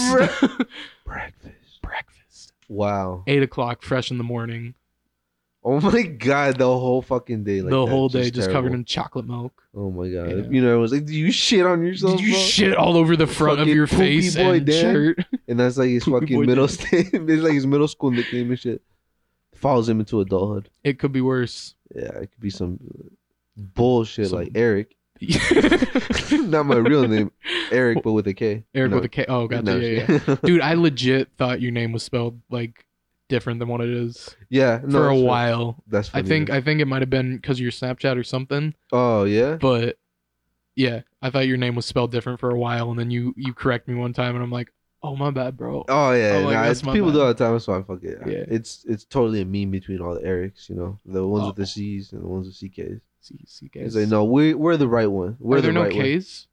Speaker 1: breakfast.
Speaker 2: breakfast.
Speaker 1: Wow.
Speaker 2: Eight o'clock, fresh in the morning.
Speaker 1: Oh my god, the whole fucking day. Like
Speaker 2: the
Speaker 1: that,
Speaker 2: whole day just, covered
Speaker 1: terrible.
Speaker 2: in chocolate milk.
Speaker 1: Oh my god.
Speaker 2: Yeah.
Speaker 1: You know, it was like, do you shit on yourself?
Speaker 2: Did you
Speaker 1: bro?
Speaker 2: shit all over the front of
Speaker 1: Fucking
Speaker 2: your
Speaker 1: poopy
Speaker 2: face
Speaker 1: boy,
Speaker 2: and
Speaker 1: Dan.
Speaker 2: shirt?
Speaker 1: And that's like his
Speaker 2: Poopy boy
Speaker 1: fucking middle
Speaker 2: did.
Speaker 1: state. It's like his middle school nickname and shit. Follows him into adulthood.
Speaker 2: It could be worse.
Speaker 1: Yeah, it could be some bullshit
Speaker 2: Some-
Speaker 1: like Eric.
Speaker 2: Eric
Speaker 1: Not my real name, Eric, but with a K. No.
Speaker 2: with a K. Oh, gotcha.
Speaker 1: No,
Speaker 2: yeah, yeah.
Speaker 1: yeah.
Speaker 2: Dude, I legit thought your name was spelled like different than what it is
Speaker 1: yeah, no,
Speaker 2: for a
Speaker 1: that's fair.
Speaker 2: while.
Speaker 1: That's
Speaker 2: I
Speaker 1: funny.
Speaker 2: think I think it might have been because of your Snapchat or something,
Speaker 1: oh yeah.
Speaker 2: but yeah, I thought your name was spelled different for a while, and then you you correct me one time, and I'm like, oh my bad, bro.
Speaker 1: Oh yeah,
Speaker 2: Oh, like,
Speaker 1: nah,
Speaker 2: that's
Speaker 1: it's-
Speaker 2: my
Speaker 1: people
Speaker 2: bad.
Speaker 1: do all the time. That's why fuck it.
Speaker 2: Yeah.
Speaker 1: It's it's totally a meme between all the Erics, you know, the ones with
Speaker 2: Oh.
Speaker 1: the C's and the ones with CKs.
Speaker 2: See, see,
Speaker 1: It's
Speaker 2: guys.
Speaker 1: like no, we we're the right one. We're
Speaker 2: Are there
Speaker 1: the
Speaker 2: no
Speaker 1: right one.
Speaker 2: K's?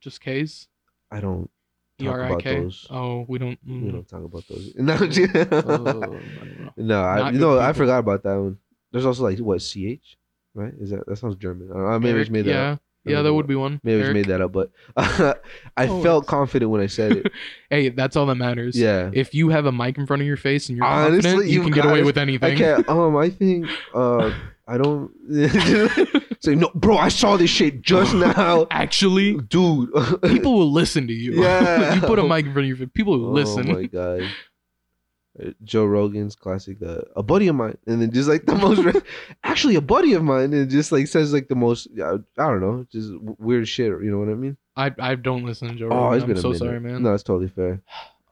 Speaker 2: Just K's.
Speaker 1: I don't
Speaker 2: E
Speaker 1: talk
Speaker 2: R
Speaker 1: about
Speaker 2: I K.
Speaker 1: those.
Speaker 2: Oh, we don't.
Speaker 1: We
Speaker 2: mm.
Speaker 1: don't talk about those. No, I'm just-
Speaker 2: Oh, I don't know.
Speaker 1: no, I,
Speaker 2: Not
Speaker 1: you
Speaker 2: good
Speaker 1: know, I
Speaker 2: people.
Speaker 1: forgot about that one. There's also like what CH, right? Is that that sounds German? I don't know, maybe I
Speaker 2: Eric,
Speaker 1: just made that.
Speaker 2: yeah,
Speaker 1: up. I
Speaker 2: yeah,
Speaker 1: don't
Speaker 2: that
Speaker 1: know.
Speaker 2: would be one.
Speaker 1: Maybe I just
Speaker 2: Eric.
Speaker 1: made that up, but I
Speaker 2: Oh,
Speaker 1: felt
Speaker 2: it's-
Speaker 1: confident when I said it.
Speaker 2: Hey, that's all that matters.
Speaker 1: Yeah.
Speaker 2: If you have a mic in front of your face and you're
Speaker 1: Honestly,
Speaker 2: confident, you
Speaker 1: you
Speaker 2: can get away
Speaker 1: guys-
Speaker 2: with
Speaker 1: I
Speaker 2: anything.
Speaker 1: can't. Um, I think. Uh, I don't. Say no, bro. I saw this shit just now,
Speaker 2: Actually,
Speaker 1: dude.
Speaker 2: people will listen to you.
Speaker 1: Yeah.
Speaker 2: you put a mic in front of your face, people will
Speaker 1: Oh
Speaker 2: listen.
Speaker 1: my god. Uh, Joe Rogan's classic, uh, a buddy of mine, and then just like the most, actually a buddy of mine, and just like says like the most, I, I don't know, just w- weird shit. You know what I mean?
Speaker 2: I I don't listen to Joe
Speaker 1: oh,
Speaker 2: Rogan.
Speaker 1: it's
Speaker 2: I'm
Speaker 1: been a
Speaker 2: so
Speaker 1: minute.
Speaker 2: sorry, man.
Speaker 1: No, it's totally fair.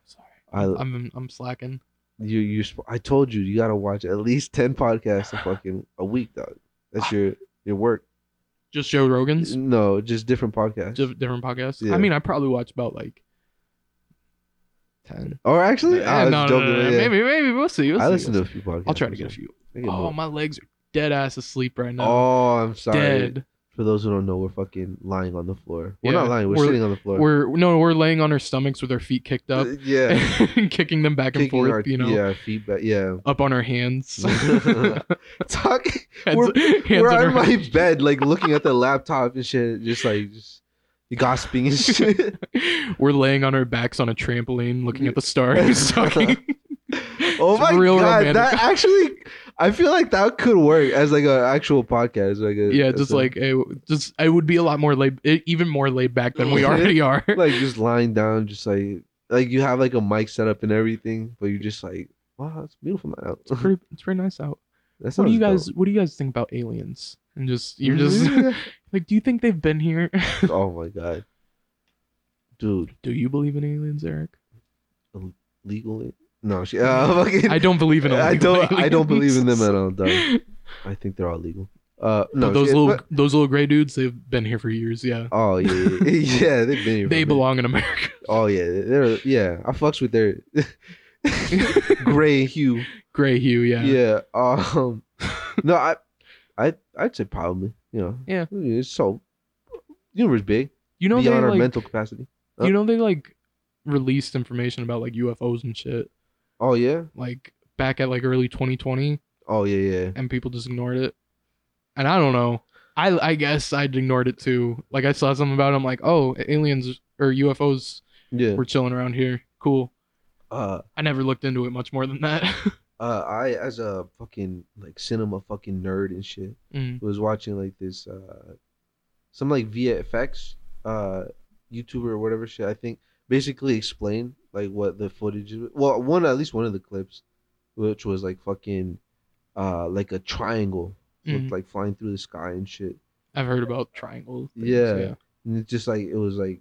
Speaker 2: Sorry.
Speaker 1: I
Speaker 2: I'm I'm slacking.
Speaker 1: you you sp- I told you you gotta watch at least ten podcasts a fucking a week, dog. That's your your work.
Speaker 2: Just Joe Rogan's
Speaker 1: No, just different podcasts.
Speaker 2: di- different podcasts.
Speaker 1: Mm. Yeah.
Speaker 2: I mean, I probably watch about like ten.
Speaker 1: or Oh, actually, I
Speaker 2: Eh,
Speaker 1: was
Speaker 2: no, no,
Speaker 1: joking,
Speaker 2: no, no,
Speaker 1: yeah.
Speaker 2: Maybe maybe we'll see. We'll
Speaker 1: I
Speaker 2: see,
Speaker 1: listen to
Speaker 2: we'll
Speaker 1: a
Speaker 2: see.
Speaker 1: few podcasts.
Speaker 2: I'll try to get a few.
Speaker 1: I get
Speaker 2: Oh,
Speaker 1: more.
Speaker 2: my legs are dead ass asleep right now.
Speaker 1: Oh, I'm sorry.
Speaker 2: dead.
Speaker 1: For those who don't know, we're fucking lying on the floor. We're not
Speaker 2: Yeah,
Speaker 1: lying. We're,
Speaker 2: we're-
Speaker 1: sitting on the floor.
Speaker 2: We're no, we're laying on our stomachs with our feet kicked up,
Speaker 1: Uh, yeah.
Speaker 2: kicking them back and
Speaker 1: Kicking
Speaker 2: forth.
Speaker 1: our-
Speaker 2: you know,
Speaker 1: Yeah, feedback. Yeah.
Speaker 2: up on our hands.
Speaker 1: Talking.
Speaker 2: Hands-
Speaker 1: We're-
Speaker 2: hands
Speaker 1: we're
Speaker 2: on
Speaker 1: on
Speaker 2: our-
Speaker 1: my bed, like looking at the laptop and shit, just like just gossiping and shit.
Speaker 2: We're laying on our backs on a trampoline, looking at the stars, talking.
Speaker 1: Oh
Speaker 2: It's
Speaker 1: my
Speaker 2: real
Speaker 1: god,
Speaker 2: romantic.
Speaker 1: that actually, I feel like that could work as like an actual podcast. Like a,
Speaker 2: yeah,
Speaker 1: as
Speaker 2: just
Speaker 1: a-
Speaker 2: like it, just it would be a lot more laid, e- even more laid back than we already are.
Speaker 1: like just lying down, just like like you have like a mic set up and everything, but you're just like, wow, it's beautiful night out.
Speaker 2: it's, pretty, it's pretty nice out.
Speaker 1: That's
Speaker 2: What do you guys? What do you guys think about aliens? And just you're
Speaker 1: Mm-hmm.
Speaker 2: just like, do you think they've been here?
Speaker 1: oh my god, dude,
Speaker 2: do you believe in aliens, Eric?
Speaker 1: legally? No, she, uh, fucking,
Speaker 2: I don't believe in.
Speaker 1: I
Speaker 2: illegal
Speaker 1: don't. I don't believe in them
Speaker 2: aliens.
Speaker 1: at all. Dog. I think they're all legal. Uh, no,
Speaker 2: But those
Speaker 1: shit,
Speaker 2: little
Speaker 1: but-
Speaker 2: those little gray dudes, they've been here for years. Yeah,
Speaker 1: Oh yeah, yeah, yeah, yeah, they've been here. for
Speaker 2: they
Speaker 1: a minute.
Speaker 2: belong in America.
Speaker 1: Oh yeah, they're yeah. I fucks with their gray hue.
Speaker 2: gray hue.
Speaker 1: Yeah.
Speaker 2: Yeah.
Speaker 1: Um. No, I, I, I'd say probably. You know.
Speaker 2: Yeah.
Speaker 1: It's so. Universe big
Speaker 2: You know
Speaker 1: beyond
Speaker 2: they
Speaker 1: our
Speaker 2: like.
Speaker 1: mental capacity. Huh?
Speaker 2: You know they like released information about like UFOs and shit
Speaker 1: Oh yeah.
Speaker 2: like back at like early 2020
Speaker 1: Oh yeah yeah.
Speaker 2: and people just ignored it. And I don't know. I I guess I'd ignored it too. Like I saw something about it, I'm like, "Oh, aliens or UFOs
Speaker 1: Yeah.
Speaker 2: were chilling around here. Cool."
Speaker 1: Uh.
Speaker 2: I never looked into it much more than that.
Speaker 1: Uh. I as a fucking like cinema fucking nerd and shit.
Speaker 2: Mm.
Speaker 1: was watching like this uh some like VFX uh YouTuber or whatever shit I think basically explained like what the footage is- well one at least one of the clips which was like fucking uh like a triangle
Speaker 2: Mm.
Speaker 1: looked like flying through the sky and shit
Speaker 2: I've heard about triangles. things,
Speaker 1: Yeah. and it's just like it was like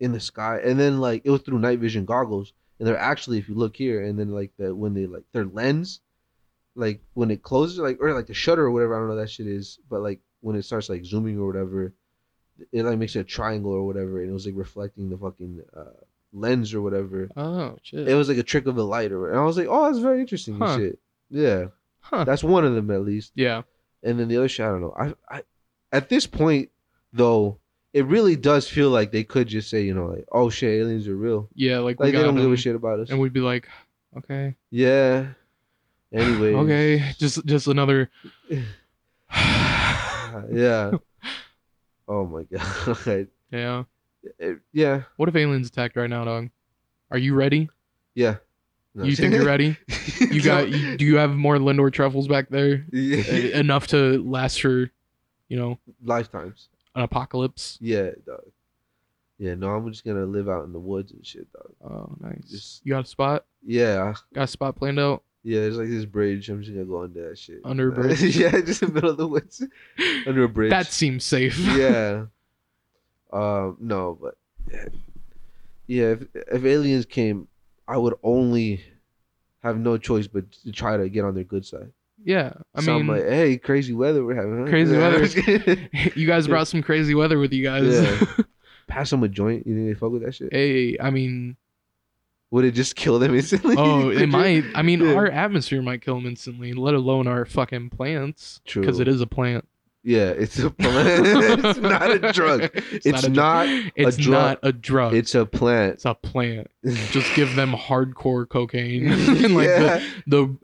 Speaker 1: in the sky and then like it was through night vision goggles and they're actually if you look here and then like that when they like their lens like when it closes like or like the shutter or whatever i don't know what that shit is but like when it starts like zooming or whatever it like makes a triangle or whatever and it was like reflecting the fucking uh, lens or whatever
Speaker 2: Oh, shit.
Speaker 1: it was like a trick of the light or and i was like oh that's very interesting and
Speaker 2: Huh.
Speaker 1: shit yeah
Speaker 2: Huh.
Speaker 1: that's one of them at least
Speaker 2: yeah.
Speaker 1: and then the other shit, I don't know. I, I at this point though, it really does feel like they could just say, you know, like, oh shit, aliens are real.
Speaker 2: Yeah, like, we
Speaker 1: Like
Speaker 2: got
Speaker 1: they don't give
Speaker 2: them,
Speaker 1: a shit about us.
Speaker 2: And we'd be like, okay,
Speaker 1: yeah. Anyway.
Speaker 2: okay, just just another.
Speaker 1: Uh, yeah. Oh my god.
Speaker 2: yeah.
Speaker 1: It- yeah.
Speaker 2: What if aliens attacked right now, dog? Are you ready?
Speaker 1: Yeah. No.
Speaker 2: You think you're ready? You got? You, do you have more Lindor truffles back there? Uh,
Speaker 1: Yeah.
Speaker 2: Enough to last for, you know,
Speaker 1: lifetimes.
Speaker 2: an apocalypse.
Speaker 1: Yeah, dog. Yeah, no, I'm just gonna live out in the woods and shit, dog.
Speaker 2: Oh, nice.
Speaker 1: Just-
Speaker 2: you got a spot?
Speaker 1: Yeah,
Speaker 2: Got a spot planned out?
Speaker 1: yeah. There's like this bridge. I'm just gonna go under that shit.
Speaker 2: Under a bridge?
Speaker 1: yeah, just in the middle of the woods, under a bridge.
Speaker 2: That seems safe.
Speaker 1: yeah. Um, no, but yeah, yeah. If if aliens came, I would only have no choice but to try to get on their good side.
Speaker 2: Yeah, I
Speaker 1: so
Speaker 2: mean,
Speaker 1: I'm like, hey, crazy weather we're having. Huh?
Speaker 2: Crazy
Speaker 1: Yeah, I'm
Speaker 2: weather.
Speaker 1: just kidding.
Speaker 2: you guys brought some crazy weather with you guys.
Speaker 1: Yeah. Pass them a joint. You think they fuck with that shit?
Speaker 2: hey, I mean,
Speaker 1: Would it just kill them instantly?
Speaker 2: oh, it might. I mean,
Speaker 1: Yeah.
Speaker 2: our atmosphere might kill them instantly, let alone our fucking plants. Because
Speaker 1: True.
Speaker 2: it is a plant.
Speaker 1: Yeah, it's a plant. it's not a drug. It's not
Speaker 2: a drug. It's
Speaker 1: drug.
Speaker 2: not a drug.
Speaker 1: It's
Speaker 2: It's,
Speaker 1: a plant.
Speaker 2: a plant. Just give them hardcore cocaine and like
Speaker 1: yeah.
Speaker 2: the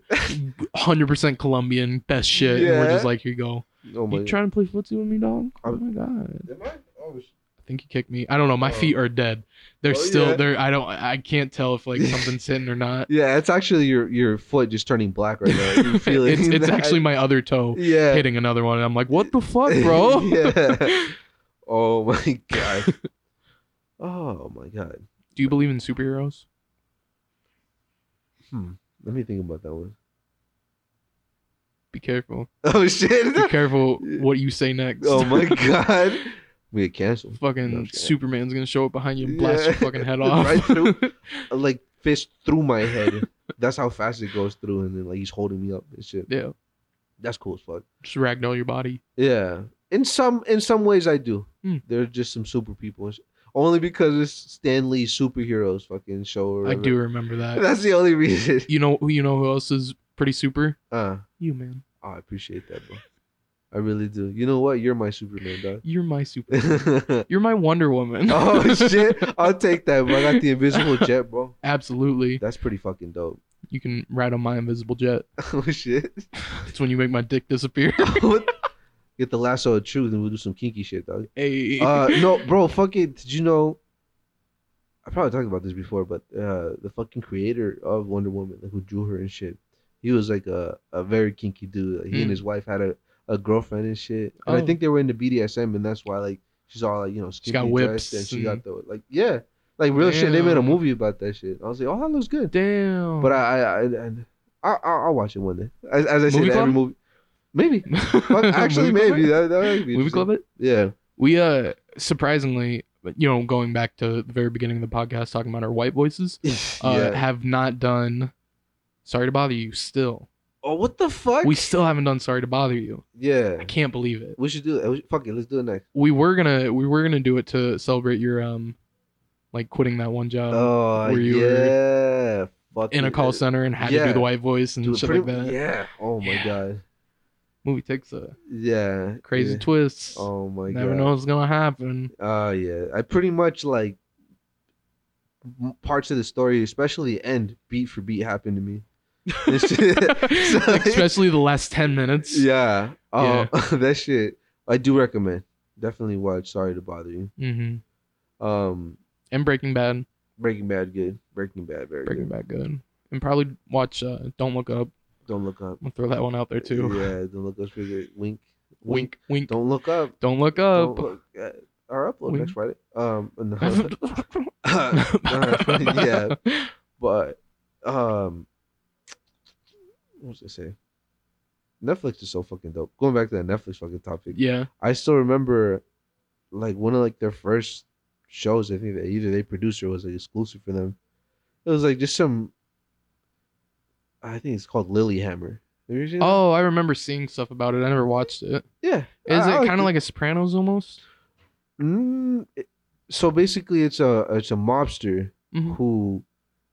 Speaker 2: hundred percent Colombian best shit. And we're
Speaker 1: Yeah.
Speaker 2: just like, here you go.
Speaker 1: oh my
Speaker 2: you trying to play footsie with me, dog? Oh
Speaker 1: I'm-
Speaker 2: my god.
Speaker 1: Am I? Oh, sh-
Speaker 2: I think you kicked me. I don't know. My
Speaker 1: Oh.
Speaker 2: feet are dead. They're
Speaker 1: Oh,
Speaker 2: still
Speaker 1: yeah.
Speaker 2: there. I don't. I can't tell if like something's hitting or not.
Speaker 1: yeah, it's actually your your foot just turning black right now. You feel it.
Speaker 2: it's it's
Speaker 1: That-
Speaker 2: actually my other toe
Speaker 1: yeah,
Speaker 2: hitting another one, and I'm like, what the fuck, bro?
Speaker 1: yeah. Oh my god. oh my god.
Speaker 2: Do you believe in superheroes?
Speaker 1: Let me think about that one.
Speaker 2: Be careful.
Speaker 1: Oh shit.
Speaker 2: Be careful what you say next.
Speaker 1: oh my god. We get canceled.
Speaker 2: Fucking
Speaker 1: No, I'm just kidding.
Speaker 2: Superman's gonna show up behind you and blast
Speaker 1: Yeah.
Speaker 2: your fucking head off.
Speaker 1: Right through. Like fist through my head. That's how fast it goes through, and then like he's holding me up and shit.
Speaker 2: yeah.
Speaker 1: That's cool as fuck.
Speaker 2: Just ragdoll your body.
Speaker 1: Yeah, in some in some ways I do.
Speaker 2: Hmm.
Speaker 1: There's just some super people, and sh- only because it's Stan Lee's superheroes fucking show. Or
Speaker 2: I
Speaker 1: whatever.
Speaker 2: do remember that.
Speaker 1: That's the only reason.
Speaker 2: You know who you know who else is pretty super?
Speaker 1: Uh,
Speaker 2: You man.
Speaker 1: oh, I appreciate that, bro. I really do. You know what? You're my Superman, dog.
Speaker 2: You're my super. You're my Wonder Woman.
Speaker 1: oh shit! I'll take that, bro. I got the invisible jet, bro.
Speaker 2: Absolutely.
Speaker 1: That's pretty fucking dope.
Speaker 2: You can ride on my invisible jet.
Speaker 1: oh shit!
Speaker 2: It's when you make my dick disappear.
Speaker 1: Get the lasso of truth, and we'll do some kinky shit, dog.
Speaker 2: hey.
Speaker 1: uh no bro fuck it did you know i probably talked about this before but uh the fucking creator of wonder woman like, who drew her and shit he was like a, a very kinky dude like, he
Speaker 2: Mm.
Speaker 1: and his wife had a, a girlfriend and shit and i
Speaker 2: Oh.
Speaker 1: think they were into bdsm and that's why like she's all like you know
Speaker 2: got
Speaker 1: skimpy dressed
Speaker 2: whips
Speaker 1: and she
Speaker 2: and-
Speaker 1: got the like yeah like real shit they made a
Speaker 2: Damn. Oh.
Speaker 1: movie about that shit i was like oh that looks good
Speaker 2: Damn.
Speaker 1: but i i i, I I'll, I'll I'll watch it one day as, as i say
Speaker 2: Movie
Speaker 1: to every
Speaker 2: club?
Speaker 1: movie maybe Fuck, actually
Speaker 2: Movie club
Speaker 1: maybe
Speaker 2: it?
Speaker 1: that, that would be
Speaker 2: Movie
Speaker 1: interesting.
Speaker 2: club it?
Speaker 1: yeah
Speaker 2: We uh surprisingly, but, you know, going back to the very beginning of the podcast talking about our white voices, uh have not done Sorry to bother you still.
Speaker 1: Oh, what the fuck?
Speaker 2: We still haven't done Sorry to bother you. I
Speaker 1: yeah.
Speaker 2: can't believe it.
Speaker 1: We should do it. We should- Fuck it. Let's do it next.
Speaker 2: We were gonna we were gonna do it to celebrate your um like quitting that one job
Speaker 1: oh,
Speaker 2: where Um, you
Speaker 1: yeah. Fuck
Speaker 2: in a
Speaker 1: it.
Speaker 2: call center and had to
Speaker 1: Yeah.
Speaker 2: do the white voice and
Speaker 1: Do it
Speaker 2: shit
Speaker 1: pretty-
Speaker 2: like that.
Speaker 1: Yeah. Oh my
Speaker 2: Yeah.
Speaker 1: god.
Speaker 2: Movie takes a
Speaker 1: Yeah.
Speaker 2: crazy
Speaker 1: Yeah.
Speaker 2: twists.
Speaker 1: Oh my
Speaker 2: Never
Speaker 1: god.
Speaker 2: know what's gonna happen.
Speaker 1: Oh yeah. I pretty much like m- parts of the story, especially the end, beat for beat, happened to me. This shit-
Speaker 2: Especially the last ten minutes.
Speaker 1: yeah. Oh, that shit. I do recommend. Definitely watch. Sorry to bother you.
Speaker 2: hmm
Speaker 1: Um,
Speaker 2: And Breaking Bad.
Speaker 1: Breaking Bad, good. Breaking Bad, very
Speaker 2: Breaking
Speaker 1: good.
Speaker 2: Bad good. And probably watch uh, Don't Look Up.
Speaker 1: Don't look up.
Speaker 2: I'm gonna throw that one out there too.
Speaker 1: Yeah, don't look up. Figure it. Wink.
Speaker 2: Wink, wink. Don't,
Speaker 1: Don't look up.
Speaker 2: look
Speaker 1: Don't
Speaker 2: up.
Speaker 1: look at our upload
Speaker 2: Oh, Wink.
Speaker 1: next Friday. Um, no. yeah, but um, what was I say? Netflix is so fucking dope. Going back to that Netflix fucking topic,
Speaker 2: Yeah.
Speaker 1: I still remember, like one of like their first shows. I think that either they produced or was like exclusive for them. It was like just some. I think it's called Lilyhammer. Have you seen that?
Speaker 2: Oh, I remember seeing stuff about it. I never watched it.
Speaker 1: yeah.
Speaker 2: Is
Speaker 1: I- I
Speaker 2: it
Speaker 1: liked
Speaker 2: kind of like a Sopranos almost?
Speaker 1: Mm, it- so basically, it's a it's a mobster
Speaker 2: Mhm.
Speaker 1: who,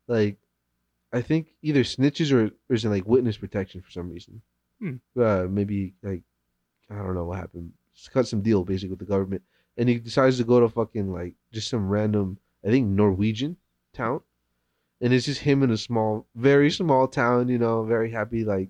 Speaker 1: like, I think either snitches or, or is in like witness protection for some reason.
Speaker 2: Hmm.
Speaker 1: Uh, maybe like I don't know what happened. Just cut some deal basically with the government, and he decides to go to fucking like just some random, I think Norwegian town, and it's just him in a small, very small town. You know, very happy like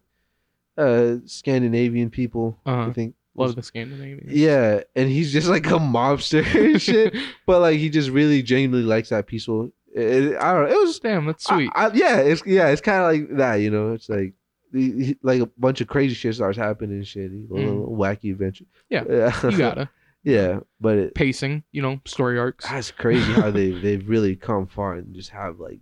Speaker 1: uh Scandinavian people. I
Speaker 2: Uh-huh.
Speaker 1: think.
Speaker 2: Love the Scandinavian.
Speaker 1: Yeah, and he's just like a mobster and shit, but like he just really genuinely likes that peaceful. It, I don't know. It was
Speaker 2: Damn, that's sweet.
Speaker 1: I- I- yeah, it's yeah, it's kind of like that, you know. It's like he- he- like a bunch of crazy shit starts happening and shit. He- A little wacky adventure.
Speaker 2: Mm. Yeah,
Speaker 1: yeah,
Speaker 2: you gotta
Speaker 1: yeah, but it,
Speaker 2: pacing. You know, story arcs.
Speaker 1: that's crazy how they they've really come far and just have like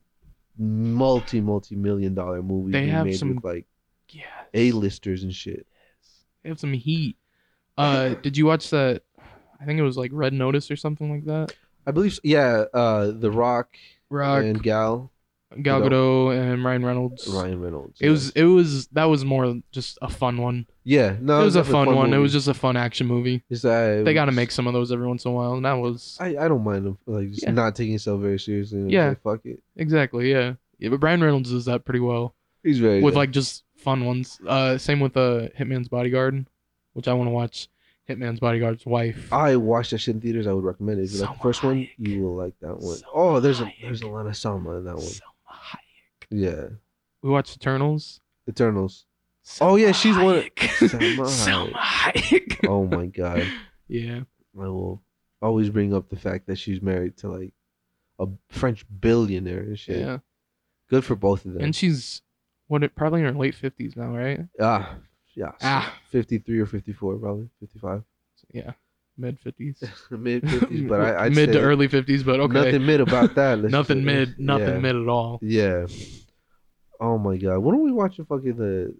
Speaker 1: multi multi million dollar movies
Speaker 2: They
Speaker 1: being
Speaker 2: have
Speaker 1: made
Speaker 2: some-
Speaker 1: with like
Speaker 2: Yeah,
Speaker 1: a listers and shit.
Speaker 2: they have some heat. Uh, did you watch that? I think it was like Red Notice or something like that.
Speaker 1: I believe, s- yeah, uh, The Rock,
Speaker 2: Rock,
Speaker 1: and Gal
Speaker 2: Gal Gadot, and Ryan Reynolds.
Speaker 1: Ryan Reynolds.
Speaker 2: It was it was that was more just a fun one.
Speaker 1: yeah, no,
Speaker 2: it was a
Speaker 1: definitely
Speaker 2: fun, one. It
Speaker 1: movie.
Speaker 2: was just a fun action movie.
Speaker 1: It's that-
Speaker 2: They got to make some of those every once in a while, and that was
Speaker 1: I, I don't mind them like just
Speaker 2: Yeah.
Speaker 1: not taking itself very seriously. and it's
Speaker 2: Yeah.
Speaker 1: like, fuck it.
Speaker 2: exactly yeah. Yeah, but Ryan Reynolds does that pretty well
Speaker 1: He's very
Speaker 2: with
Speaker 1: good.
Speaker 2: like just fun ones. Uh, same with uh Hitman's Bodyguard, which I want to watch. Hitman's Bodyguard's wife.
Speaker 1: I watched that shit in theaters. I would recommend it. If you like the
Speaker 2: Selma
Speaker 1: first one,
Speaker 2: Hayek.
Speaker 1: you will like that one.
Speaker 2: Selma
Speaker 1: oh, there's a
Speaker 2: Hayek.
Speaker 1: there's a lot of Selma in that one.
Speaker 2: Selma Hayek.
Speaker 1: Yeah,
Speaker 2: We watched Eternals.
Speaker 1: Eternals. Oh, yeah, she's one- Selma
Speaker 2: Hayek. Selma Hayek.
Speaker 1: Oh my god,
Speaker 2: Yeah,
Speaker 1: I will always bring up the fact that she's married to like a French billionaire and shit.
Speaker 2: yeah.
Speaker 1: Good for both of them.
Speaker 2: And she's what? It probably in her late fifties now, right?
Speaker 1: ah, yeah,
Speaker 2: Ah.
Speaker 1: fifty three or fifty four, probably fifty five,
Speaker 2: Yeah, mid fifties.
Speaker 1: mid fifties. But I I'd
Speaker 2: mid to
Speaker 1: say
Speaker 2: early fifties, but okay, nothing,
Speaker 1: nothing mid about that. let's just say.
Speaker 2: mid, nothing
Speaker 1: Yeah.
Speaker 2: mid at all.
Speaker 1: Yeah. Oh my god. When are we watching fucking the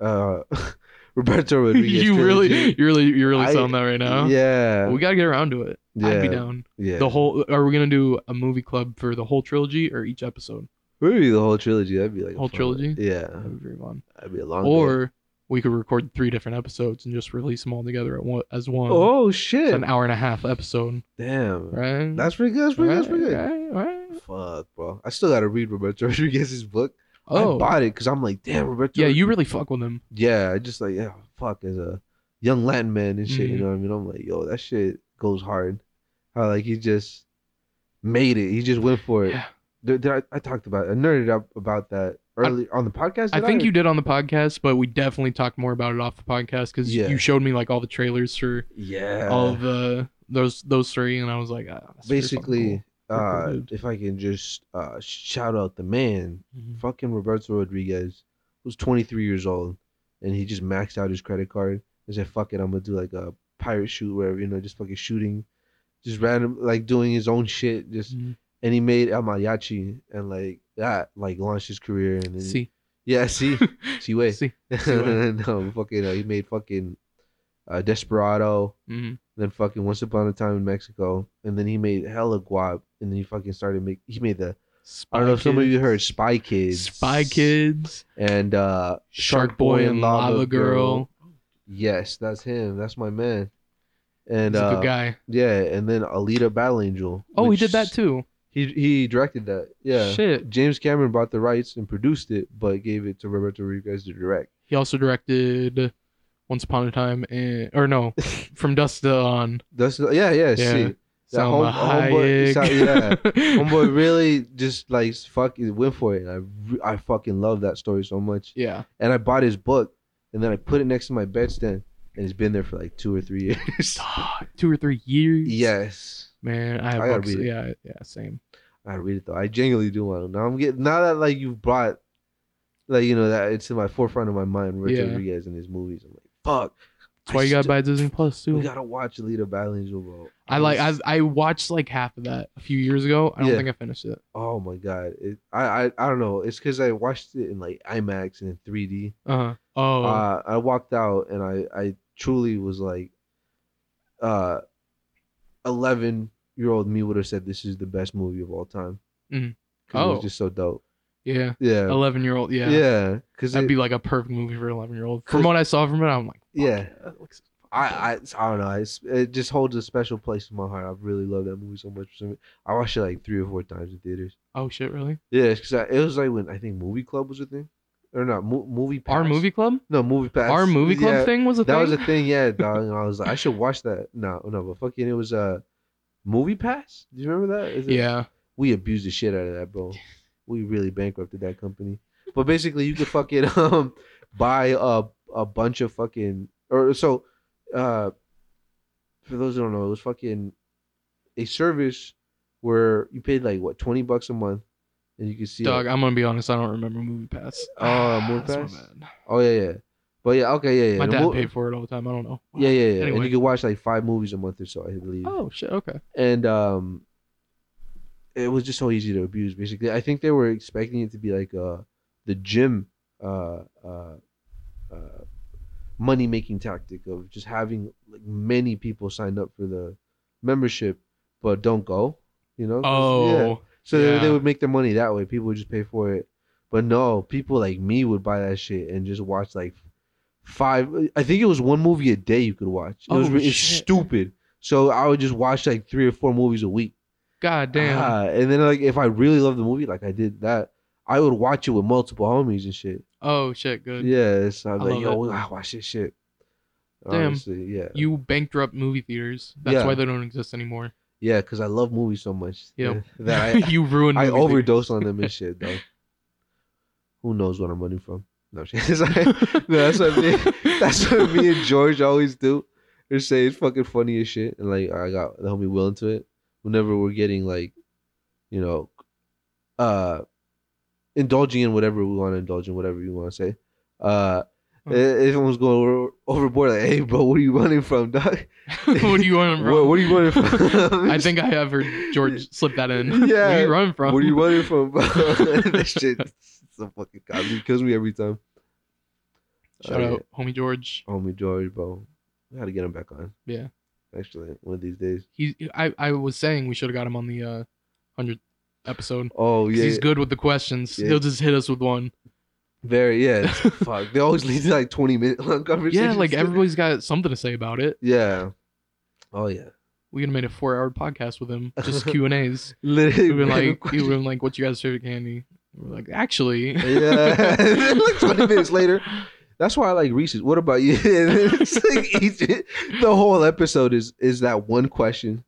Speaker 1: uh Roberto Rodriguez?
Speaker 2: you really,
Speaker 1: trilogy?
Speaker 2: you really, you really
Speaker 1: I-
Speaker 2: selling that right now.
Speaker 1: Yeah.
Speaker 2: we gotta get around to it. I'd
Speaker 1: Yeah.
Speaker 2: be down.
Speaker 1: yeah.
Speaker 2: The whole. Are we gonna do a movie club for the whole trilogy or each episode?
Speaker 1: Maybe the whole trilogy. That'd be like a
Speaker 2: Whole
Speaker 1: fun-
Speaker 2: trilogy?
Speaker 1: Yeah.
Speaker 2: That would be very fun.
Speaker 1: That'd be a long day.
Speaker 2: Or we could record three different episodes and just release them all together at one, as one.
Speaker 1: Oh
Speaker 2: It's
Speaker 1: shit.
Speaker 2: an hour and a half episode,
Speaker 1: Damn.
Speaker 2: right?
Speaker 1: That's pretty good. That's pretty good. That's pretty good.
Speaker 2: Right, right, right.
Speaker 1: Fuck, bro. I still gotta read Roberto Rodriguez's book. I
Speaker 2: Oh,
Speaker 1: bought it because I'm like, damn, Roberto.
Speaker 2: yeah, you really fuck with them.
Speaker 1: Yeah, I just like, yeah, fuck, as a young Latin man and shit, you
Speaker 2: Mhm.
Speaker 1: know what I mean? I'm like, yo, that shit goes hard. How, like, he just made it. He just went for it.
Speaker 2: Yeah.
Speaker 1: Did, did I, I talked about it. I nerded up about that early on the podcast.
Speaker 2: I
Speaker 1: did
Speaker 2: think
Speaker 1: or-
Speaker 2: you did on the podcast, but we definitely talked more about it off the podcast because
Speaker 1: Yeah.
Speaker 2: you showed me like all the trailers for
Speaker 1: Yeah.
Speaker 2: all of the those those three, and I was like, ah, Oh, that's pretty fucking
Speaker 1: Basically,
Speaker 2: Pretty fucking
Speaker 1: uh,
Speaker 2: cool.
Speaker 1: if I can just uh, shout out the man,
Speaker 2: cool. Mhm.
Speaker 1: fucking Roberto Rodriguez, was 23 years old, and he just maxed out his credit card and said, "Fuck it, I'm gonna do like a pirate shoot where you know just fucking shooting, just random like doing his own shit, just
Speaker 2: Mhm.
Speaker 1: and he made El Mariachi and like that like launched his career and then
Speaker 2: See,
Speaker 1: yeah see see way
Speaker 2: see, way.
Speaker 1: no fucking uh, he made fucking uh, Desperado
Speaker 2: Mhm.
Speaker 1: then fucking Once Upon a Time in Mexico and then he made hella guap and then he fucking started make he made the
Speaker 2: Spy
Speaker 1: I don't know if some of you
Speaker 2: Kids.
Speaker 1: heard Spy Kids
Speaker 2: Spy Kids,
Speaker 1: and uh
Speaker 2: Shark Boy and Lava, Girl.
Speaker 1: yes that's him that's my man and
Speaker 2: And He's a
Speaker 1: uh
Speaker 2: good guy.
Speaker 1: yeah and then Alita Battle Angel
Speaker 2: Oh,
Speaker 1: which
Speaker 2: he did that too.
Speaker 1: he he directed that yeah
Speaker 2: Shit.
Speaker 1: James Cameron bought the rights and produced it, but gave it to Roberto Rodriguez to direct.
Speaker 2: He also directed Once Upon a Time, in, or no, From Dust to On.
Speaker 1: That's yeah, yeah.
Speaker 2: Yeah.
Speaker 1: See, That home-
Speaker 2: Selma
Speaker 1: homeboy-
Speaker 2: Hayek.
Speaker 1: Sa-
Speaker 2: yeah.
Speaker 1: homeboy really just like fuck it went for it. And I re- I fucking love that story so much.
Speaker 2: yeah.
Speaker 1: And I bought his book, and then I put it next to my bedstand, and it's been there for like two or three years.
Speaker 2: Two or three years.
Speaker 1: yes,
Speaker 2: Man, I have
Speaker 1: I gotta
Speaker 2: books.
Speaker 1: read it.
Speaker 2: Yeah, yeah, same.
Speaker 1: I read it though. I genuinely do want to. Now I'm getting now that like you brought, like you know that it's in my forefront of my mind. Roberto
Speaker 2: Yeah.
Speaker 1: Rodriguez and his movies. I'm like fuck.
Speaker 2: That's why you gotta buy Disney Plus
Speaker 1: We
Speaker 2: too.
Speaker 1: gotta watch Alita Battle Angel, bro.
Speaker 2: I like I, I watched like half of that a few years ago. I don't
Speaker 1: Yeah.
Speaker 2: think I finished it.
Speaker 1: Oh my god! It, I, I I don't know. It's because I watched it in like IMAX and in 3D.
Speaker 2: Uh-huh. Oh,
Speaker 1: Uh, I walked out and I I truly was like, uh, eleven year old me would have said this is the best movie of all time.
Speaker 2: Mhm.
Speaker 1: 'Cause it
Speaker 2: Oh.
Speaker 1: was just so dope.
Speaker 2: yeah.
Speaker 1: Yeah,
Speaker 2: Eleven year old. Yeah.
Speaker 1: yeah. Because
Speaker 2: That'd be like a perfect movie for eleven year old. From
Speaker 1: Cause-
Speaker 2: what I saw from it, I'm like, fuck
Speaker 1: Yeah.
Speaker 2: that looks-
Speaker 1: I, I I don't know. It's, it just holds a special place in my heart. I really love that movie so much. For some reason. I watched it like three or four times in theaters.
Speaker 2: oh shit, really?
Speaker 1: Yeah, because it was like when I think Movie Club was a thing, or not mo- Movie Pass.
Speaker 2: Our movie club,
Speaker 1: No, Movie Pass.
Speaker 2: our movie club
Speaker 1: Yeah.
Speaker 2: thing was a
Speaker 1: that
Speaker 2: thing.
Speaker 1: was a thing, yeah, dog. And I was like, I should watch that. No, no, but fucking, it was uh, Movie Pass? Do you remember that? Is it-
Speaker 2: Yeah.
Speaker 1: we abused the shit out of that, bro. We really bankrupted that company. But basically, you could fucking um buy a a bunch of fucking or so. Uh, for those who don't know, it was fucking a service where you paid like what twenty bucks a month, and you could see.
Speaker 2: Dog, I'm gonna be honest. I don't remember Movie Pass.
Speaker 1: Oh, Movie
Speaker 2: That's
Speaker 1: Pass?
Speaker 2: My, bad.
Speaker 1: oh yeah, yeah. But yeah, okay, yeah, yeah.
Speaker 2: my
Speaker 1: The
Speaker 2: dad
Speaker 1: mo-
Speaker 2: paid for it all the time. I don't know.
Speaker 1: Yeah, yeah, yeah. And
Speaker 2: Anyway.
Speaker 1: you could watch like five movies a month or so, I believe.
Speaker 2: Oh shit. Okay.
Speaker 1: and um it was just so easy to abuse basically i think they were expecting it to be like uh the gym uh uh, uh money making tactic of just having like many people signed up for the membership but don't go you know 'Cause-
Speaker 2: Oh.
Speaker 1: yeah. so they- They,
Speaker 2: yeah.
Speaker 1: would make their money that way people would just pay for it but no people like me would buy that shit and just watch like five i think it was one movie a day you could watch it was
Speaker 2: Oh,
Speaker 1: re- it's
Speaker 2: shit.
Speaker 1: stupid so i would just watch like three or four movies a week
Speaker 2: God damn.
Speaker 1: Ah, and then like if I really love the movie, like I did that, I would watch it with multiple homies and shit.
Speaker 2: oh shit. Good.
Speaker 1: Yeah, so I'm
Speaker 2: I
Speaker 1: like,
Speaker 2: love
Speaker 1: yo,
Speaker 2: it.
Speaker 1: we gotta watch this shit.
Speaker 2: Damn.
Speaker 1: Honestly, yeah,
Speaker 2: You bankrupt movie theaters. That's
Speaker 1: Yeah.
Speaker 2: why they don't exist anymore.
Speaker 1: yeah, because I love movies so much.
Speaker 2: Yep.
Speaker 1: that
Speaker 2: you ruined.
Speaker 1: I, I
Speaker 2: movie
Speaker 1: overdose on them and shit. Though, who knows what I'm running from? No, shit. It's like- no, that's what I mean. That's what me and George always do. They say it's fucking funny as shit, and like I got the homie Will into it. Whenever we're getting like, you know, uh, indulging in whatever we want to indulge in, whatever you want to say. Uh,
Speaker 2: Oh.
Speaker 1: eh, everyone's going over, overboard. Like, hey, bro, what are you running from, dog?
Speaker 2: theaters. what do you want?
Speaker 1: What, what are you running from?
Speaker 2: I think I have heard George slip that in. Where
Speaker 1: Yeah.
Speaker 2: you run from?
Speaker 1: What are you running from? bro? that shit, it's a fucking comedy. It kills me every time.
Speaker 2: Shout
Speaker 1: Oh, yeah.
Speaker 2: out, homie George.
Speaker 1: homie George, bro. We gotta get him back on.
Speaker 2: Yeah.
Speaker 1: Actually, one of these days.
Speaker 2: He, I, I was saying we should have got him on the uh, hundredth episode.
Speaker 1: Oh
Speaker 2: 'Cause
Speaker 1: yeah,
Speaker 2: He's good with the questions.
Speaker 1: Yeah.
Speaker 2: He'll just hit us with one.
Speaker 1: very yeah. it's- fuck, they always lead to like twenty minute long conversations.
Speaker 2: Yeah, like everybody's got something to say about it.
Speaker 1: Yeah. Oh yeah.
Speaker 2: We could have made a four-hour podcast with him, just Q and A's.
Speaker 1: Literally,
Speaker 2: We've been
Speaker 1: random
Speaker 2: like,
Speaker 1: questions.
Speaker 2: we've been like, what's your guys' favorite candy? We're like, actually,
Speaker 1: yeah. like twenty minutes later. That's why I like Reese's. What about you? it's like each, the whole episode is is that one question.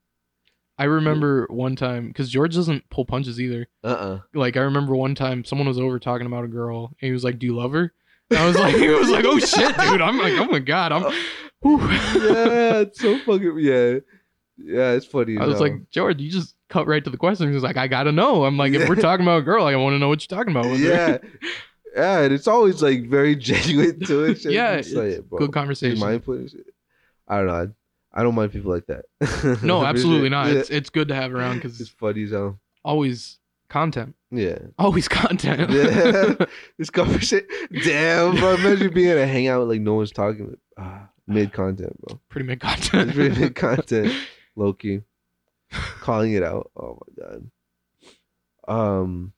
Speaker 2: I remember one time because George doesn't pull punches either.
Speaker 1: Uh uh
Speaker 2: Like, I remember one time someone was over talking about a girl, and he was like, "Do you love her?" And I was like, "He was like, oh shit, dude!" I'm like, "Oh my god, I'm." Whew.
Speaker 1: Yeah, it's so fucking yeah. Yeah, it's funny.
Speaker 2: I was
Speaker 1: though.
Speaker 2: like, George, you just cut right to the question. He was like, I gotta know. I'm like, if we're talking about a girl, I want to know what you're talking about. with her."
Speaker 1: yeah. Yeah, and it's always like very genuine to it. shit.
Speaker 2: yeah,
Speaker 1: It's like,
Speaker 2: it's
Speaker 1: bro,
Speaker 2: good
Speaker 1: do you
Speaker 2: conversation.
Speaker 1: mind putting shit? I don't know. I, I don't mind people like that.
Speaker 2: No,
Speaker 1: Appreciate
Speaker 2: absolutely
Speaker 1: it.
Speaker 2: not.
Speaker 1: Yeah.
Speaker 2: It's it's good to have around because
Speaker 1: It's
Speaker 2: it's
Speaker 1: funny as hell.
Speaker 2: always content,
Speaker 1: Yeah.
Speaker 2: always content.
Speaker 1: Yeah. This conversation. Damn, bro. Imagine being at a hangout with like no one's talking. Like, ah, mid content, bro.
Speaker 2: Pretty mid
Speaker 1: It's pretty mid
Speaker 2: content.
Speaker 1: content. Loki. Calling it out. Oh my god. Um.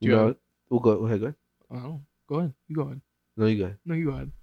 Speaker 2: Do
Speaker 1: You
Speaker 2: you
Speaker 1: know,
Speaker 2: have-
Speaker 1: we'll go. Go ahead. Go ahead.
Speaker 2: oh, go ahead. You go ahead.
Speaker 1: No, you go ahead.
Speaker 2: No, you go ahead.